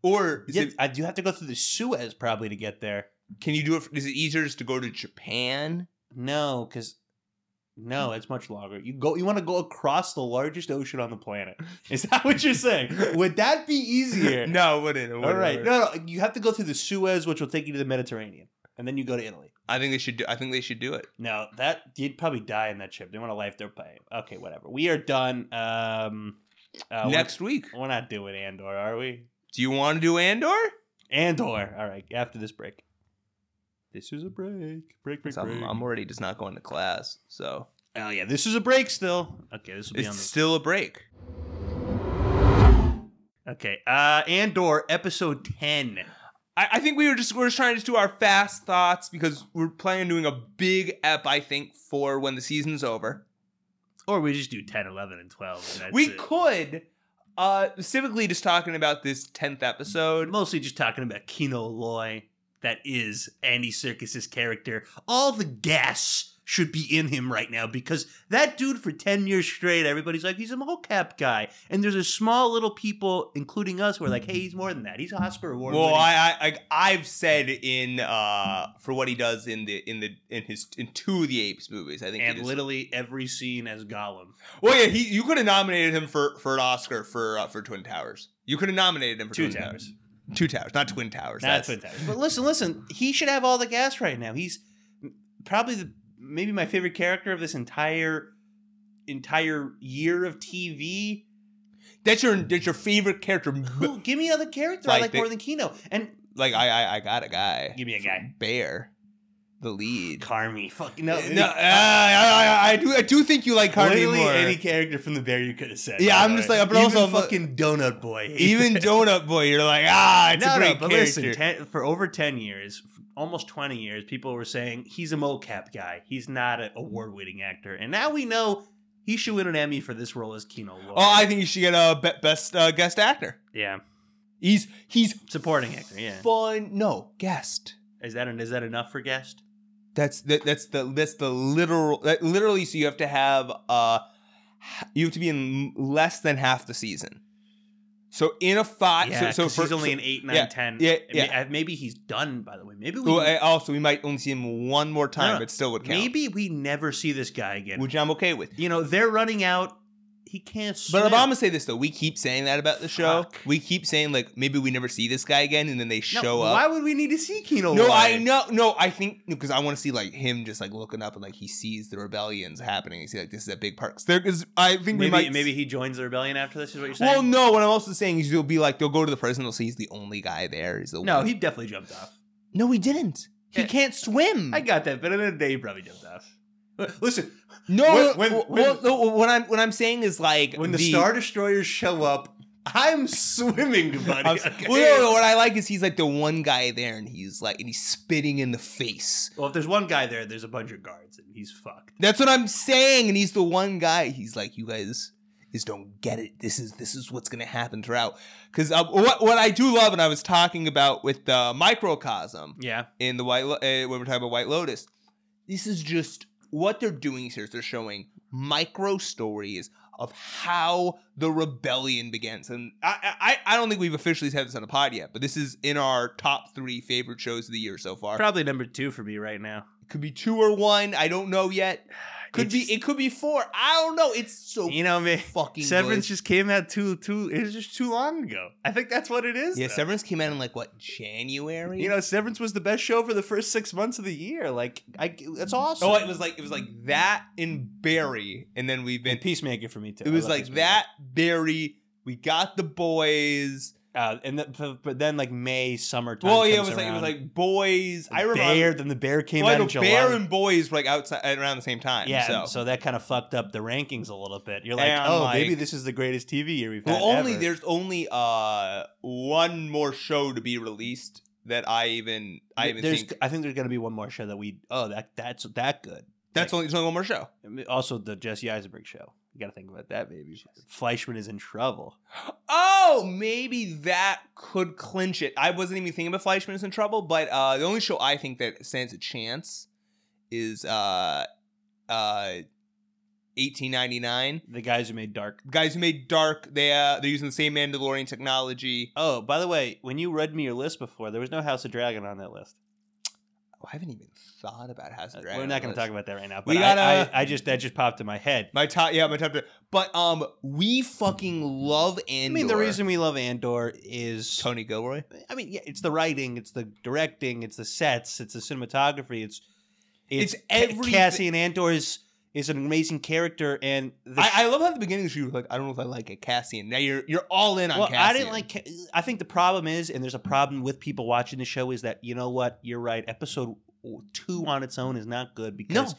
or is yeah, it, I, you have to go through the Suez probably to get there. can you do it? Is it easier just to go to (laughs) Japan? No, because Hmm. no, it's much longer. You go. You want to go across the largest ocean on the planet. Is that what you're (laughs) saying? Would that be easier? no, it wouldn't. It All wouldn't, right. it No, no. You have to go through the Suez, which will take you to the Mediterranean, and then you go to Italy. I think they should do. I think they should do it. No, that you'd probably die in that ship. They want to life their pay. Okay, whatever. We are done. Um, uh, we're- Next week. We're, not doing Andor, are we? Do you want to do Andor? Andor. All right. After this break. This is a break. Break. Break. 'Cause I'm, break. I'm already just not going to class, so oh yeah, this is a break still. Okay, this will be on it's the still a break. Okay. Uh Andor episode 10. I, I think we were just we are just trying to just do our fast thoughts because we're planning on doing a big ep. I think for when the season's over, Or we just do 10, 11 and 12 and that's we it. could uh specifically just talking about this tenth But episode. mostly just talking about Kino Loy. That is Andy Circus's character. All the gas should be in him right now because that dude for 10 years straight everybody's like he's a mocap guy and there's a small little people including us who are like hey he's more than that he's an Oscar award Well, winning." I, I I I've said in uh for what he does in the in the in his in two of the apes movies. I think he and just- literally every scene as Gollum Well, yeah, he you could have nominated him for for an Oscar for uh, for Twin Towers. You could have nominated him for two Twin Towers. towers Two Towers, not Twin Towers. Not Twin Towers. (laughs) But listen, listen. He should have all the gas right now. He's probably the maybe my favorite character of this entire entire year of TV. That's your that's your favorite character. Who, give me another character I Like like the- more than Kino. And Like I I, I got a guy. Give me a guy. Bear, the lead. Carmi. Fuck Eh, no. no, uh, I, I I do I do think you like Carney literally more. any character from the bear you could have said. Yeah, by I'm the just way. like- but even also- fucking Donut Boy. hates (laughs) Even it. Donut Boy, you're like ah, it's no, a no, great but character. listen, ten, for over 10 years, f- almost 20 years, people were saying he's a mocap guy. He's not an award winning actor. And now we know he should win an Emmy for this role as Kino Lorre. oh, I think you should get a be- best uh, guest actor. yeah. He's he's Supporting actor, yeah. fun. No guest. Is that, an, is that enough for guest? That's the, that's the that's the literal that literally. So you have to have uh, you have to be in less than half the season. So in a five, yeah, so, 'cause so he's for, only so- an 8, 9, yeah, 10. yeah, I mean, yeah. I- Maybe he's done, by the way. Maybe we, Well, I- also we might only see him one more time, No, but still would count. maybe we never see this guy again. which I'm okay with. you know, they're running out he can't. Swim. But Obama say this though. We keep saying that about the show. Fuck. We keep saying like maybe we never see this guy again, and then they No, show Why up. would we need to see Keno? No, I Lyon? know. No, I think because I want to see like him just like looking up and like he sees the rebellions happening. He see like this is a big part. 'Cause There is. I think Maybe we might. maybe he joins the rebellion after this. Is what you're saying? Well, no. What I'm also saying is they'll be like they'll go to the prison. They'll see he's the only guy there. He's the no, one. he definitely jumped off. no, he didn't. He Yeah. can't swim. I got that, but in a day he probably jumped off. L- Listen, no, When- when- well, when- well, no, what I'm what I'm saying is like when the, star destroyers show up, I'm (laughs) swimming, buddy. I'm- okay? Well, no, no, what I like is he's like the one guy there, and he's like, and he's spitting in the face. Well, if there's one guy there, there's a bunch of guards, and he's fucked. That's what I'm saying, and he's the one guy. He's like, you guys just don't get it. This is this is what's gonna happen throughout. Because uh, what what I do love, and I was talking about with the microcosm Yeah, in the white Lo- uh, when we're talking about White Lotus, this is just what they're doing here. Is they're showing micro stories of how the rebellion begins, and I, I I don't think we've officially had this on the pod yet, but this is in our top three favorite shows of the year so far. probably number two for me right now. It could be two or one. I don't know yet. Could It's- be it could be four. I don't know. It's so You know, man, fucking Severance good. just came out too too. It was just too long ago. I think that's what it is. Yeah, though. Severance came out in like what January? You know, Severance was the best show for the first six months of the year. Like, I that's awesome. oh, it was like it was like that and Barry, and then we've been. and Peacemaker for me too. It I was love like Peacemaker. that Barry. We got the boys. uh, and the, but then like May summertime. well, yeah, it comes was like it was around. like boys. The I remember. Bear. Then the bear came well, out no, in July. Bear and boys were like outside around the same time. yeah, so. and so that kind of fucked up the rankings a little bit. You're like, And, oh, like- maybe this is the greatest TV year we've had. well, only ever. there's only uh one more show to be released that I even I even There's- think I think there's gonna be one more show that we. Oh, that that's that good. that's only there's only one more show. Also, the Jesse Eisenberg show. You got to think about that, maybe. Fleischman is in trouble. Oh, maybe that could clinch it. I wasn't even thinking about Fleischman is in trouble, but uh, the only show I think that stands a chance is uh, uh, 1899. The guys who made Dark. Guys who made Dark, they uh, they're using the same Mandalorian technology. Oh, by the way, when you read me your list before, there was no House of Dragon on that list. Oh, I haven't even thought about House Uh, of Dragon. We're not on going to this. talk about that right now. But We I- gotta- I, I just that just popped in my head. my top. Yeah, my top. Three. But um, we fucking love Andor. I mean, the reason we love Andor is Tony Gilroy. I mean, yeah, it's the writing, it's the directing, it's the sets, it's the cinematography, it's it's, It's every everything. Cassian Andor is is an amazing character, and the I, I love how at the beginning of the show you were like, I don't know if I like it, Cassian. Now you're you're all in on well, Cassian. I didn't like. Ca- I think the problem is, and there's a problem with people watching the show, is that you know what? You're right. Episode two on its own is not good because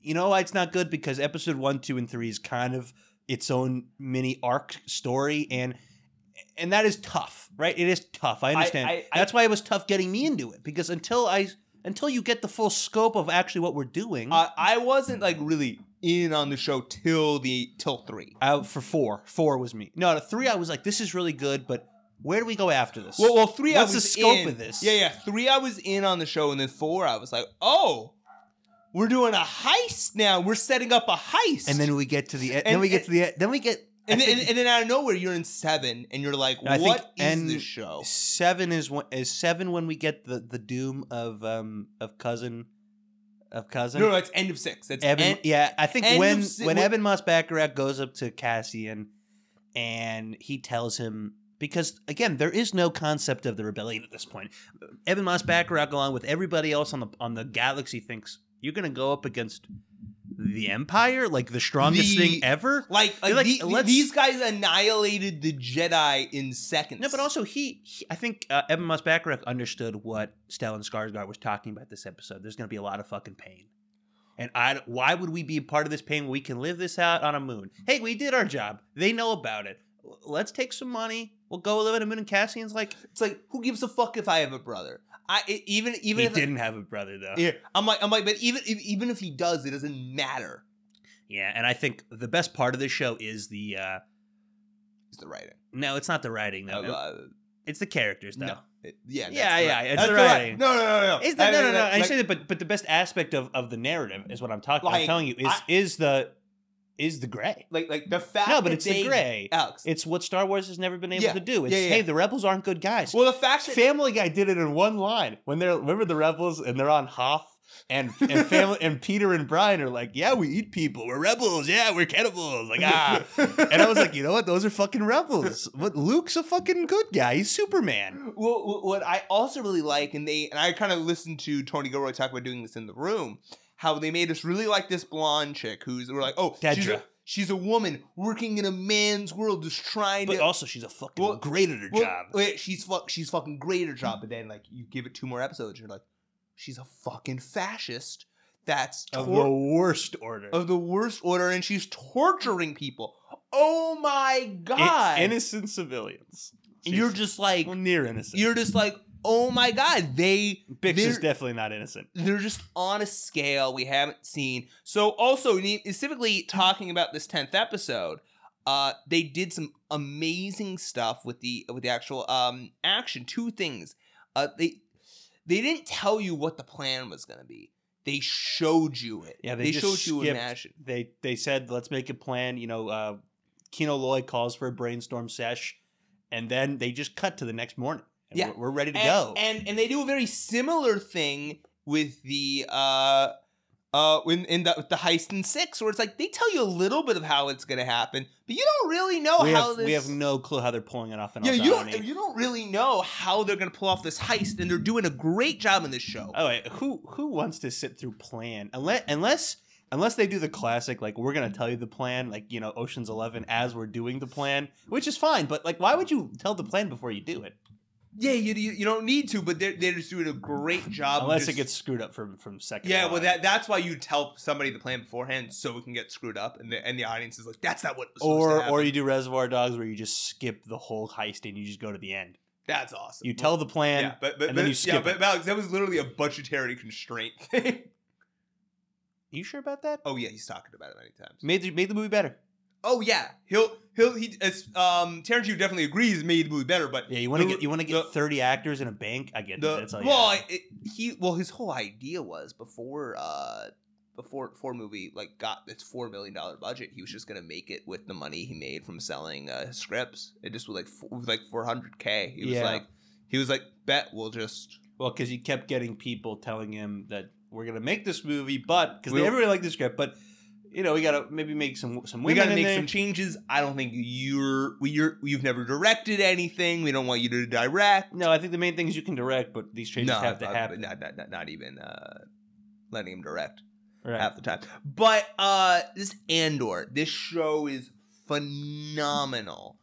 you know why it's not good because episode one, two, and three is kind of its own mini arc story, and and that is tough, right? It is tough. I understand. I- I- That's why it was tough getting me into it because until I until you get the full scope of actually what we're doing, I, I wasn't like really in on the show till the till three. I- uh, for four, four was me. No, three, I was like, this is really good, but where do we go after this? Well, well, three. What's I the was scope in. of this? Yeah, yeah. Three, I was in on the show, and then four, I was like, oh, we're doing a heist now. We're setting up a heist. and then we get to the end. And- Then we get to the end. Then we get. I and, then think and, and then out of nowhere, you're in seven, and you're like, I think what is N- this show? seven is when is seven when we get the the doom of um of cousin of cousin. No, no, it's end of six. That's Eben, end, yeah, I think end when of se- when when- Eben Moss Baccarat goes up to Cassian, and he tells him because again there is no concept of the rebellion at this point. Eben Moss Baccarat, along with everybody else on the on the galaxy, thinks you're going to go up against the Empire, like the strongest The- thing ever. like, You're like, like, the- let's- these guys annihilated the Jedi in seconds. No, but also he, he I think uh, Eben Moss Baccarat understood what Stellan Skarsgård was talking about this episode. There's going to be a lot of fucking pain. And I, why would we be a part of this pain when we can live this out on a moon? Hey, we did our job. They know about it. L- Let's take some money. We'll go live on a moon. And Cassian's like, it's like, who gives a fuck if I have a brother? I it, even even he if didn't have a brother though. Yeah, I'm like, I'm like, but even if, even if he does, it doesn't matter. Yeah, and I think the best part of this show is the. uh It's the writing. No, it's not the writing though. Uh, it's the characters though. no, It- yeah, Yeah, that's the yeah, wri- it's that's the wri- writing. No, no, no, no. It's the, I no, no, mean, no. like- I say that, but but the best aspect of of the narrative is what I'm talking. I'm Like, telling you is I- is the is the gray. like, like the fact. No, but that it's the they- gray. Alex. It's what Star Wars has never been able Yeah, to do. It's yeah, yeah. hey, the rebels aren't good guys. well, the fact that Family Guy did it in one line when they're remember the rebels and they're on Hoth (laughs) And and family and Peter and Brian are like, yeah, we eat people. We're rebels. Yeah, we're cannibals. Like (laughs) (laughs) ah. And I was like, you know what? Those are fucking rebels. But Luke's a fucking good guy. He's Superman. Well, wh- what I also really like, and they and I kind of listened to Tony Gilroy talk about doing this in the room, how they made us really like this blonde chick who's we're like, oh, she's Dedra. a, she's a woman working in a man's world, just trying But to. also, she's a fucking Well- great at her Well, job. wait, she's fuck, she's fucking great at her job, but then like you give it two more episodes, you're like, she's a fucking fascist. That's Of tor- the worst order. of the worst order, and she's torturing people. Oh my I- god! innocent civilians. you're She's- just like well, near innocent. you're just like oh my god. They Bix is they're- definitely not innocent. they're just on a scale we haven't seen. So also ne- specifically talking about this tenth episode, uh, they did some amazing stuff with the with the actual um action. Two things, uh, they they didn't tell you what the plan was gonna be. They showed you it. Yeah, they just showed you skipped- imagine. They they said let's make a plan. You know, uh, Kino Loy calls for a brainstorm sesh, and then they just cut to the next morning. And Yeah. we're, we're ready to and, go. And and they do a very similar thing with the uh uh in, in the with the heist in six, where it's like they tell you a little bit of how it's gonna happen, but you don't really know we, how have, this. we have no clue how they're pulling it off. In yeah, you don't Aldani. you don't really know how they're gonna pull off this heist, and they're doing a great job in this show. Oh, wait, who who wants to sit through plan unless unless unless they do the classic like we're gonna tell you the plan like you know Ocean's Eleven as we're doing the plan, which is fine. But like, why would you tell the plan before you do it? yeah, you, you you don't need to, but they're they're just doing a great job. of Unless it just- gets screwed up from from second. Yeah, well, line. that that's why you tell somebody the plan beforehand so it can get screwed up, and the and the audience is like, "That's not what." was supposed to or or happen." you do Reservoir Dogs where you just skip the whole heist and you just go to the end. that's awesome. You tell the plan. yeah, but but, and but then you yeah, skip but it. Alex, that was literally a budgetary constraint thing. (laughs) You sure about that? oh yeah, he's talked about it many times. Made the, made the movie better. Oh yeah, he'll he'll he it's, um Tarantino definitely agrees made the movie better, but Yeah, you want to The- get you want to get the- thirty actors in a bank. I get that. the That's all you well have. it, he well his whole idea was before uh before four movie like got its four million dollar budget, he was just gonna make it with the money he made from selling uh, scripts. It just was like four, was like four hundred k. He was Yeah. like he was like bet we'll just well, because he kept getting people telling him that we're gonna make this movie, but because We'll- everybody liked the script, but you know we gotta maybe make some some we women got to in make there. some changes. I don't think you're we you're you've never directed anything. We don't want you to direct. no, I think the main thing is you can direct, but these changes no, have to I- I- happen. Not, not, not, not even uh, letting him direct right. half the time. But uh, this Andor, this show is phenomenal,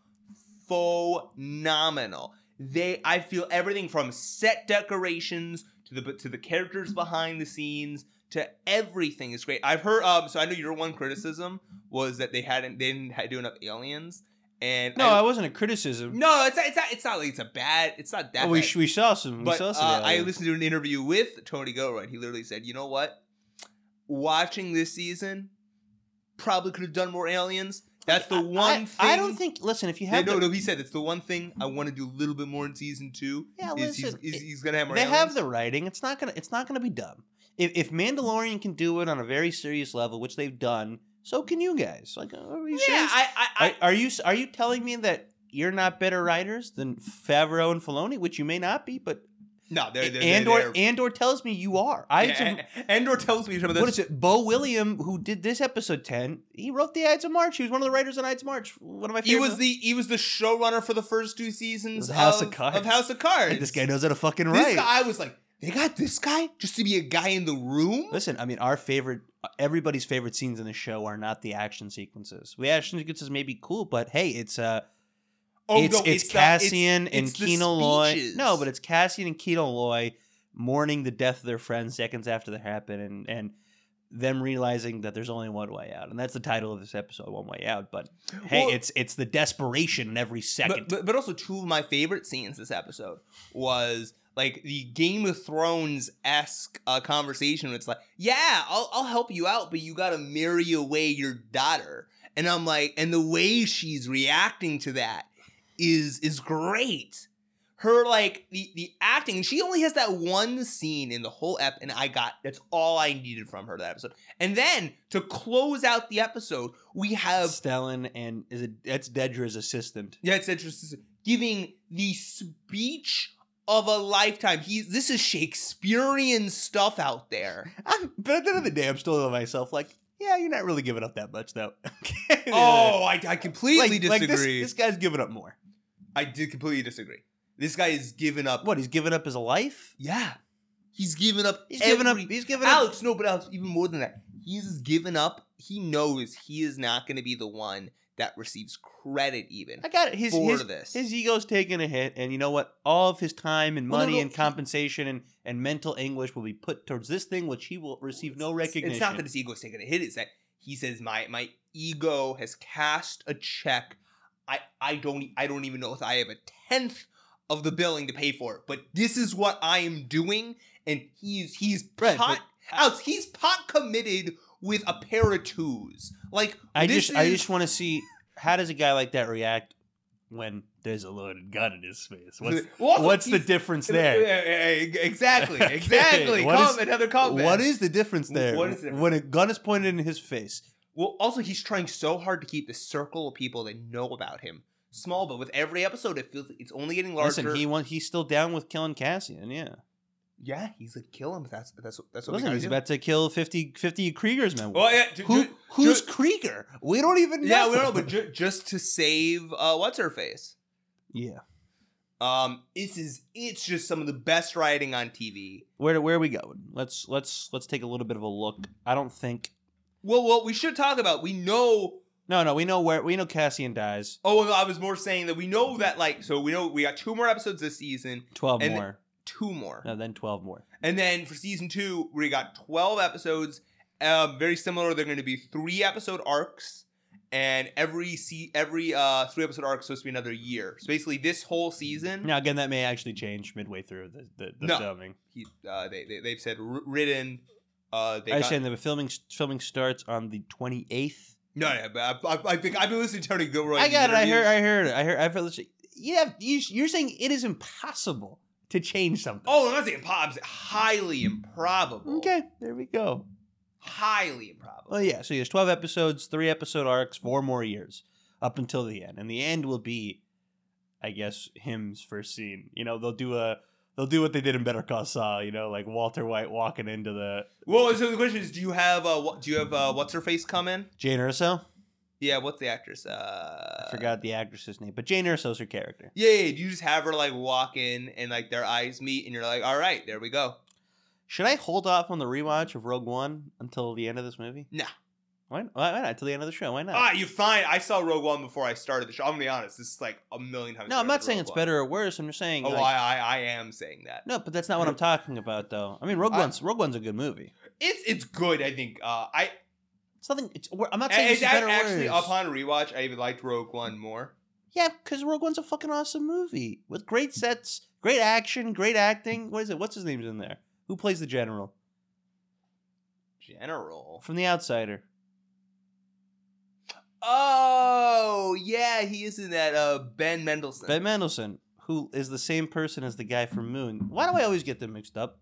phenomenal. They, I feel everything from set decorations to the to the characters behind the scenes to everything is great. I've heard. Um, so I know your one criticism was that they hadn't they didn't do enough aliens, and no, I- I wasn't a criticism. no, it's not, it's not it's not like it's a bad. It's not that. we, bad. sh- we saw some. We But saw uh, some. I aliens. listened to an interview with Tony Gilroy. and He literally said, "You know what? Watching this season, probably could have done more aliens. That's the I- one I, thing. I don't think. Listen, if you No, have no, the- no. He said it's the one thing I want to do a little bit more in season two. Yeah, is listen, he's, is it- he's gonna have more. they have aliens. the writing. It's not gonna. It's not gonna be dumb. If, if Mandalorian can do it on a very serious level, which they've done, so can you guys. Like, uh, are you Yeah, serious? I, I, I, are, are you are you telling me that you're not better writers than Favreau and Filoni, which you may not be, but no. They're, they're, Andor they're, they're, Andor tells me you are. I had some- Yeah, (laughs) Andor tells me some of this. what is it? Bo William, who did this episode ten, he wrote the Ides of March. He was one of the writers on Ides of March. One of my He favorite. was the he was the showrunner for the first two seasons Of House of Cards. Of House of Cards. this guy knows how to fucking This write. guy I was like, they got this guy just to be a guy in the room. Listen, I mean, our favorite, everybody's favorite scenes in the show are not the action sequences. The action sequences may be cool, but hey, it's uh, it's, Oh, no, it's the- Cassian and it's the Kino Loy. speeches. No, but it's Cassian and Kino Loy mourning the death of their friend seconds after they happen, and and them realizing that there's only one way out, and that's the title of this episode, "One Way Out." But hey, Well, it's it's the desperation in every second. but, but, but also two of my favorite scenes this episode was like the Game of Thrones esque uh, conversation. Where it's like, yeah, I'll I'll help you out, but you gotta marry away your daughter. And I'm like, and the way she's reacting to that is is great. Her like the the acting, and she only has that one scene in the whole ep, and I got that's all I needed from her that episode. And then to close out the episode, we have Stellan and is it that's Dedra's assistant. Yeah, it's interesting. Giving the speech of a lifetime. He's this is Shakespearean stuff out (laughs) there. I'm, but at the end of the day, I'm still to myself like, yeah, you're not really giving up that much though. (laughs) Oh, I, I completely Like- disagree. like this- this guy's giving up more. I did completely disagree. This guy is giving up. What? He's giving up his life. Yeah, he's giving up. He's giving up. every- He's giving up. Alex, no, but Alex, even more than that, he's given up. He knows he is not going to be the one that receives credit, even I got it. His for his, this. his ego's taking a hit, and you know what? All of his time and Well, no, money no, and he- compensation and, and mental anguish will be put towards this thing, which he will receive no recognition. It's not that his ego's taking a hit. It's that he says my my ego has cast a check. I I don't e, I don't even know if I have a tenth of the billing to pay for it. But this is what I am doing, and he's he's Right, pot Alex, he's pot committed with a pair of twos. Like I this just I is- just want to see how does a guy like that react when there's a loaded gun in his face. What's Well, also, what's the he's- difference (laughs) there? Eh, eh, eh, (laughs) Exactly, Okay, exactly. what Come is- another comment. What is the difference W- there? what is the difference? When a gun is pointed in his face, Well, also he's trying so hard to keep the circle of people that know about him small, but with every episode, it feels it's only getting larger. listen, he want, he's still down with killing Cassian. Yeah, yeah, he's like kill him. That's that's that's what we listen, gotta he's do. about to kill 50, 50 Kriegers, man. Well, yeah, ju- Who, ju- who's ju- Krieger? We don't even know. yeah, we don't know, but ju- just to save uh, what's her face. (laughs) yeah. Um, this is it's just some of the best writing on TV. Where where are we going? Let's let's let's take a little bit of a look. I don't think. Well, what we should talk about, we know No, no, we know where we know Cassian dies. Oh, I was more saying that we know that, like, so we know we got two more episodes this season, Twelve And- more. two more, No, then twelve more. and then for season two we got twelve episodes. Um, very similar. They're going to be three episode arcs, and every se- every uh three episode arc is supposed to be another year. So basically, this whole season, Now again, that may actually change midway through the the, the No. filming. he, uh, they, they they've said r- written. Uh, they I got, understand that the filming filming starts on the twenty eighth. no, no, but I, I, I think I've been listening to Tony Gilroy. I in got it. I heard. interviews. I heard it. I heard. I felt. this- You have. You, you're saying it is impossible to change something. Oh, I'm not saying improbable. Highly improbable. Okay. There we go. Highly improbable. Well, yeah. So there's 12 episodes, three episode arcs, four more years up until the end, and the end will be, I guess, him's first scene. You know, they'll do a they'll do what they did in Better Call Saul. You know, like Walter White walking into the Well, so the question is, do you have uh, what, do you have uh, what's her face come in? Jane Urso. Yeah, what's the actress? Uh, I forgot the actress's name, but Jane Urso's her character. Yeah, yeah, do you just have her like walk in and like their eyes meet and you're like, all right, there we go. Should I hold off on the rewatch of Rogue One until the end of this movie? Nah. Why, why why not? Until the end of the show? Why not? Ah, you fine. I saw Rogue One before I started the show. I'm gonna be honest, this is like a million times. no, I'm better not than saying Rogue it's One. better or worse. I'm just saying. Oh, like- I, I I am saying that. no, but that's not what I'm talking about, though. I mean, Rogue I- One's Rogue One's a good movie. It's it's good. I think. Uh, I It's nothing. It's, we're- I'm not saying and, it's better or actually worse. upon rewatch, I even liked Rogue One more. yeah, because Rogue One's a fucking awesome movie with great sets, great action, great acting. What is it? What's his name's in there? Who plays the general General. from The Outsider? Oh yeah, he is in that. Uh, Ben Mendelsohn. Ben Mendelsohn, who is the same person as the guy from Moon. Why do I always get them mixed up?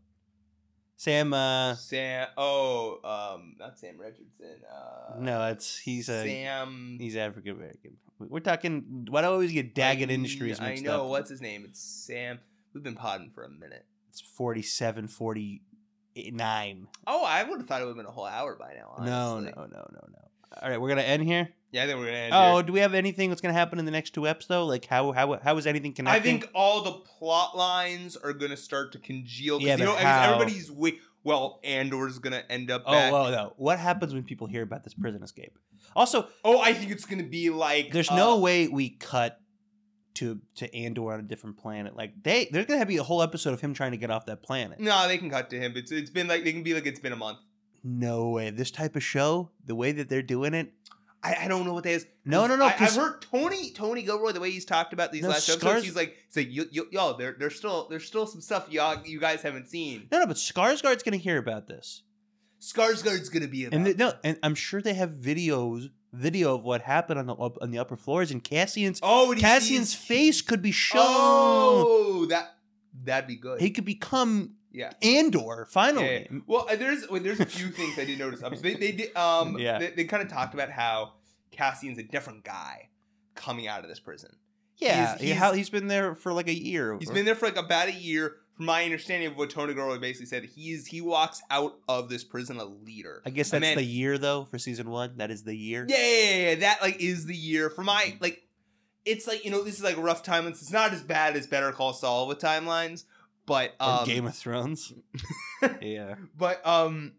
Sam. uh Sam. Oh, um, not Sam Richardson. Uh, No, it's he's a Sam. he's African American. We're talking. Why do I always get Daggett I- Industries I mixed know up? what's his name. It's Sam. We've been podding for a minute. It's 47, 49. Oh, I would have thought it would have been a whole hour by now. Honestly. No, no, no, no, no. All right, we're gonna end here. Yeah, I think we're gonna end. Oh, here. do we have anything that's going to happen in the next two eps though? Like how how how is anything I connected? think all the plot lines are gonna start to congeal. 'cause, Yeah, but you know, ev- how? everybody's wait. Well, Andor's gonna end up. Oh back. well, no. What happens when people hear about this prison escape? Also, Oh, I think it's gonna be like. there's uh, no way we cut to to Andor on a different planet. Like they there's going to be a whole episode of him trying to get off that planet. No, they can cut to him. It's it's been like they can be like it's been a month. No way. This type of show, the way that they're doing it. I, I don't know what that is. No, no, no. I, I've 'cause- heard Tony Tony Gilroy the way he's talked about these No, last Scar's- episodes. He's like, he's like, "Yo- yo- y'all, there, there's still there's still some stuff y'all you guys haven't seen. no, no, but Skarsgård's going to hear about this, Skarsgård's gonna be about. and the, it. no, and I'm sure they have videos, video of what happened on the up- on the upper floors, and Cassian's oh, and he Cassian's sees- face could be shown. Oh, that that'd be good. he could become yeah. Andor Yeah, finally. yeah. Well, uh, there's wait, there's a few things I did notice. Um, so they they did um (laughs) Yeah. they, they kind of talked about how Cassian's a different guy coming out of this prison. Yeah, He's- he- he's- how, he's been there for like a year. He's been there for like about a year. From my understanding of what Tony Goro basically said, he is he walks out of this prison a leader. I guess A that's man- the year though for season one. That is the year. Yeah, yeah, yeah, yeah, that like is the year for my Mm-hmm. like. It's like you know this is like rough timelines. It's not as bad as Better Call Saul with timelines, but Or um, Game of (laughs) Thrones. yeah. but um,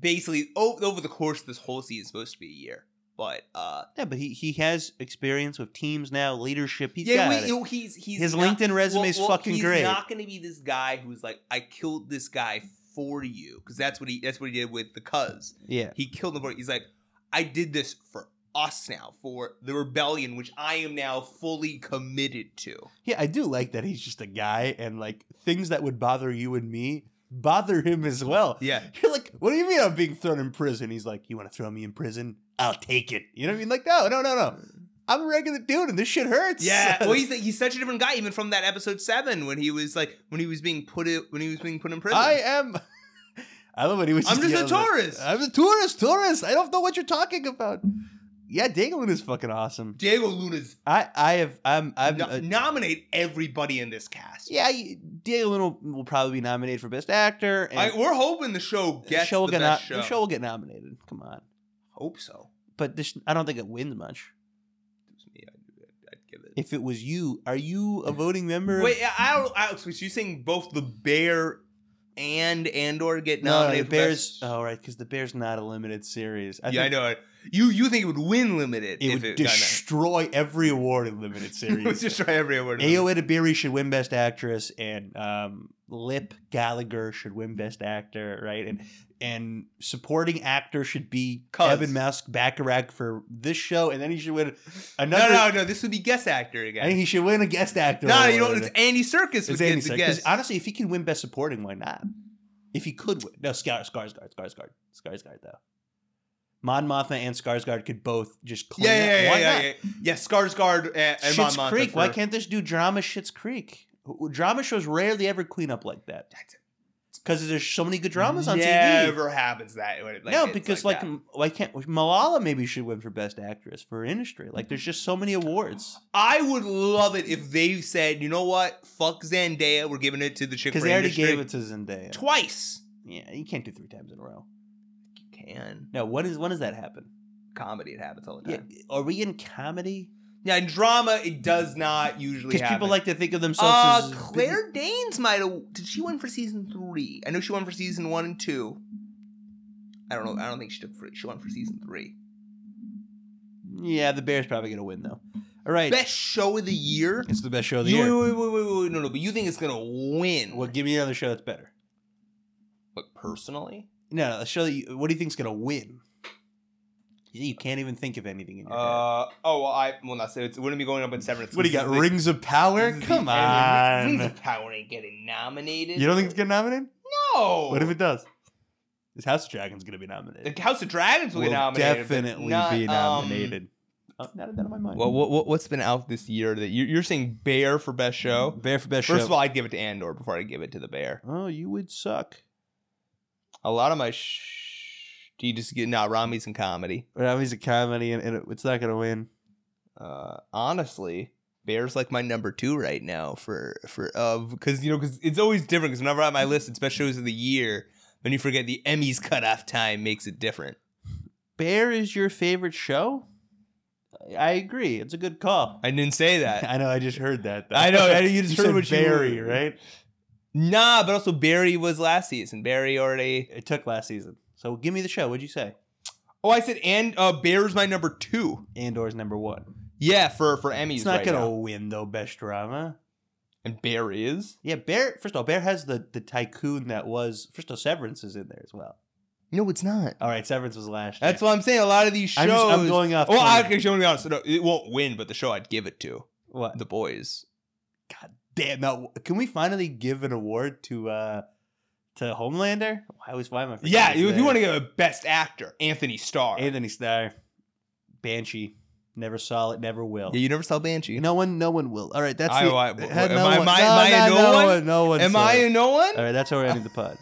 basically o- over the course of this whole season, it's supposed to be a year. But uh, Yeah, but he, he has experience with teams now, leadership. He's yeah, got we- it. you know, he's he's His not- LinkedIn resume is well- well, fucking he's great. not going to be this guy who's like, I killed this guy for you, because that's what he that's what he did with the Cuz. yeah. He killed him for. He's like, I did this for us now, for the rebellion, which I am now fully committed to. Yeah, I do like that he's just a guy and like things that would bother you and me bother him as well. (laughs) Yeah, You're like, what do you mean I'm being thrown in prison? He's like, you want to throw me in prison? I'll take it. You know what I mean? Like, no, no, no, no. I'm a regular dude and this shit hurts. yeah. well, he's he's such a different guy, even from that episode seven when he was like when he was being put in, when he was being put in prison. I am. (laughs) I love what he was. I'm just a yelling at- tourist. I'm a tourist. Tourist. I don't know what you're talking about. Yeah, Danglin is fucking awesome. Diego Luna's I, I have, I'm, I'm. no- uh, nominate everybody in this cast. yeah, you- Danglin will, will probably be nominated for best actor. And I, we're hoping the show the gets show will the get best no- show. the show will get nominated. Come on, Hope so. but this, I don't think it wins much. If it was me, I'd, I'd give it. If it was you, are you a voting member? of- Wait, I don't. Alex, was you saying both the bear and Andor get no, no, the nominated? for Bears. best- Oh, right, because the Bears not a limited series. I yeah, I think know. I- You you think it would win limited? It if would it (laughs) destroy every award in limited series. Let's just try every award. Ayo Edebiri should win Best Actress, and um, Lip Gallagher should win Best Actor, right? And and supporting actor should be Cuz. Evan Musk Bacharach for this show, and then he should win No, another. no, no. This would be guest actor And again. he should win a guest actor. No, you award. don't. It's Andy Circus. It's It's Andy Andy Serkis. 'Cause Honestly, if he can win Best Supporting, why not? If he could win, no, Scar, Skarsgård, Skarsgård, Skarsgård, though. Mon Mothma and Skarsgård could both just clean Yeah, yeah, up. yeah, Why yeah, not? yeah, yeah. Yeah, Skarsgård and, and Mon Schitt's Mothma Creek. Why for- can't this do drama Shit's Creek? W- Drama shows rarely ever clean up like that That's it. because there's so many good dramas on TV. Never happens that. way. Like, no, it's because like, that. m- why can't Malala maybe should win for best actress for industry? Like there's just so many awards I would love it if they said, you know what, fuck Zendaya, we're giving it to the chick because for they already industry gave it to Zendaya. twice. yeah, you can't do three times in a row. You can. No, when is when does that happen? comedy it happens all the Yeah, time. are we in comedy? Yeah, in drama it does not usually Because happen. people like to think of themselves uh, as Claire Danes might have. Did she win for season three? I know she won for season one and two. I don't know. I don't think she took for she won for season three. Yeah, the Bears probably gonna win though. All right, Best show of the year. it's the best show of the You, year. wait, wait, wait, wait, wait, no, no. But you think it's gonna win? Well, give me another show that's better. But personally, No, no, a show that you, what do you think's gonna win? You you can't even think of anything in your head. uh, oh well, I well not so it wouldn't be going up in seven. What do you got? This is Rings of the- Power? this is the Come end. Rings on. of Power ain't getting nominated. You don't think it's getting nominated? No. What if it does? Is House of Dragons gonna be The nominated? House of Dragons will, Will get nominated. but definitely not, be um, nominated. oh, not a doubt in my mind. well, what, what what's been out this year that you're, you're saying Bear for best show? Bear for Mm-hmm. best First show. of all, I'd give it to Andor before I give it to the Bear. oh, you would suck. A lot of my sh- do you just get nah Rami's in comedy. But obviously, a comedy, and, and it- it's not gonna win. Uh, honestly, Bear's like my number two right now for for of because you know because it's always different because whenever I'm on my list it's best shows of the year. Then you forget the Emmys cutoff time makes it different. Bear is your favorite show? I- I agree. It's a good call. I didn't (laughs) say that. I know. I just heard that. Though. I know, (laughs) I- you just heard said what you Barry, were- right? nah, but also Barry was last season. Barry already. It took last season. So give me the show. What'd you say? Oh, I said and uh, Bear's my number two. Andor's number one. Yeah, for for Emmys. It's not right gonna now. win though. Best drama. And Bear is Yeah, Bear. First of all, Bear has the the tycoon that was. First of all, Severance is in there as well. no, it's not. All right, Severance was last. That's year. what I'm saying. A lot of these shows. I'm, just- I'm going off. well, I, twenty- actually, I'm gonna be honest. No, it won't win, but the show I'd give it to what? the boys. God damn! Now, can we finally give an award to uh to Homelander? I always find my Yeah, if you want to give a best actor, Anthony Starr. Anthony Starr, Banshee, never saw it, never will. Yeah, you never saw Banshee. No one, no one will. All right, that's I- the, I- had am I- am I- am I a no one? no one. Am saw I it. a no one? All right, that's how we're ending the pod.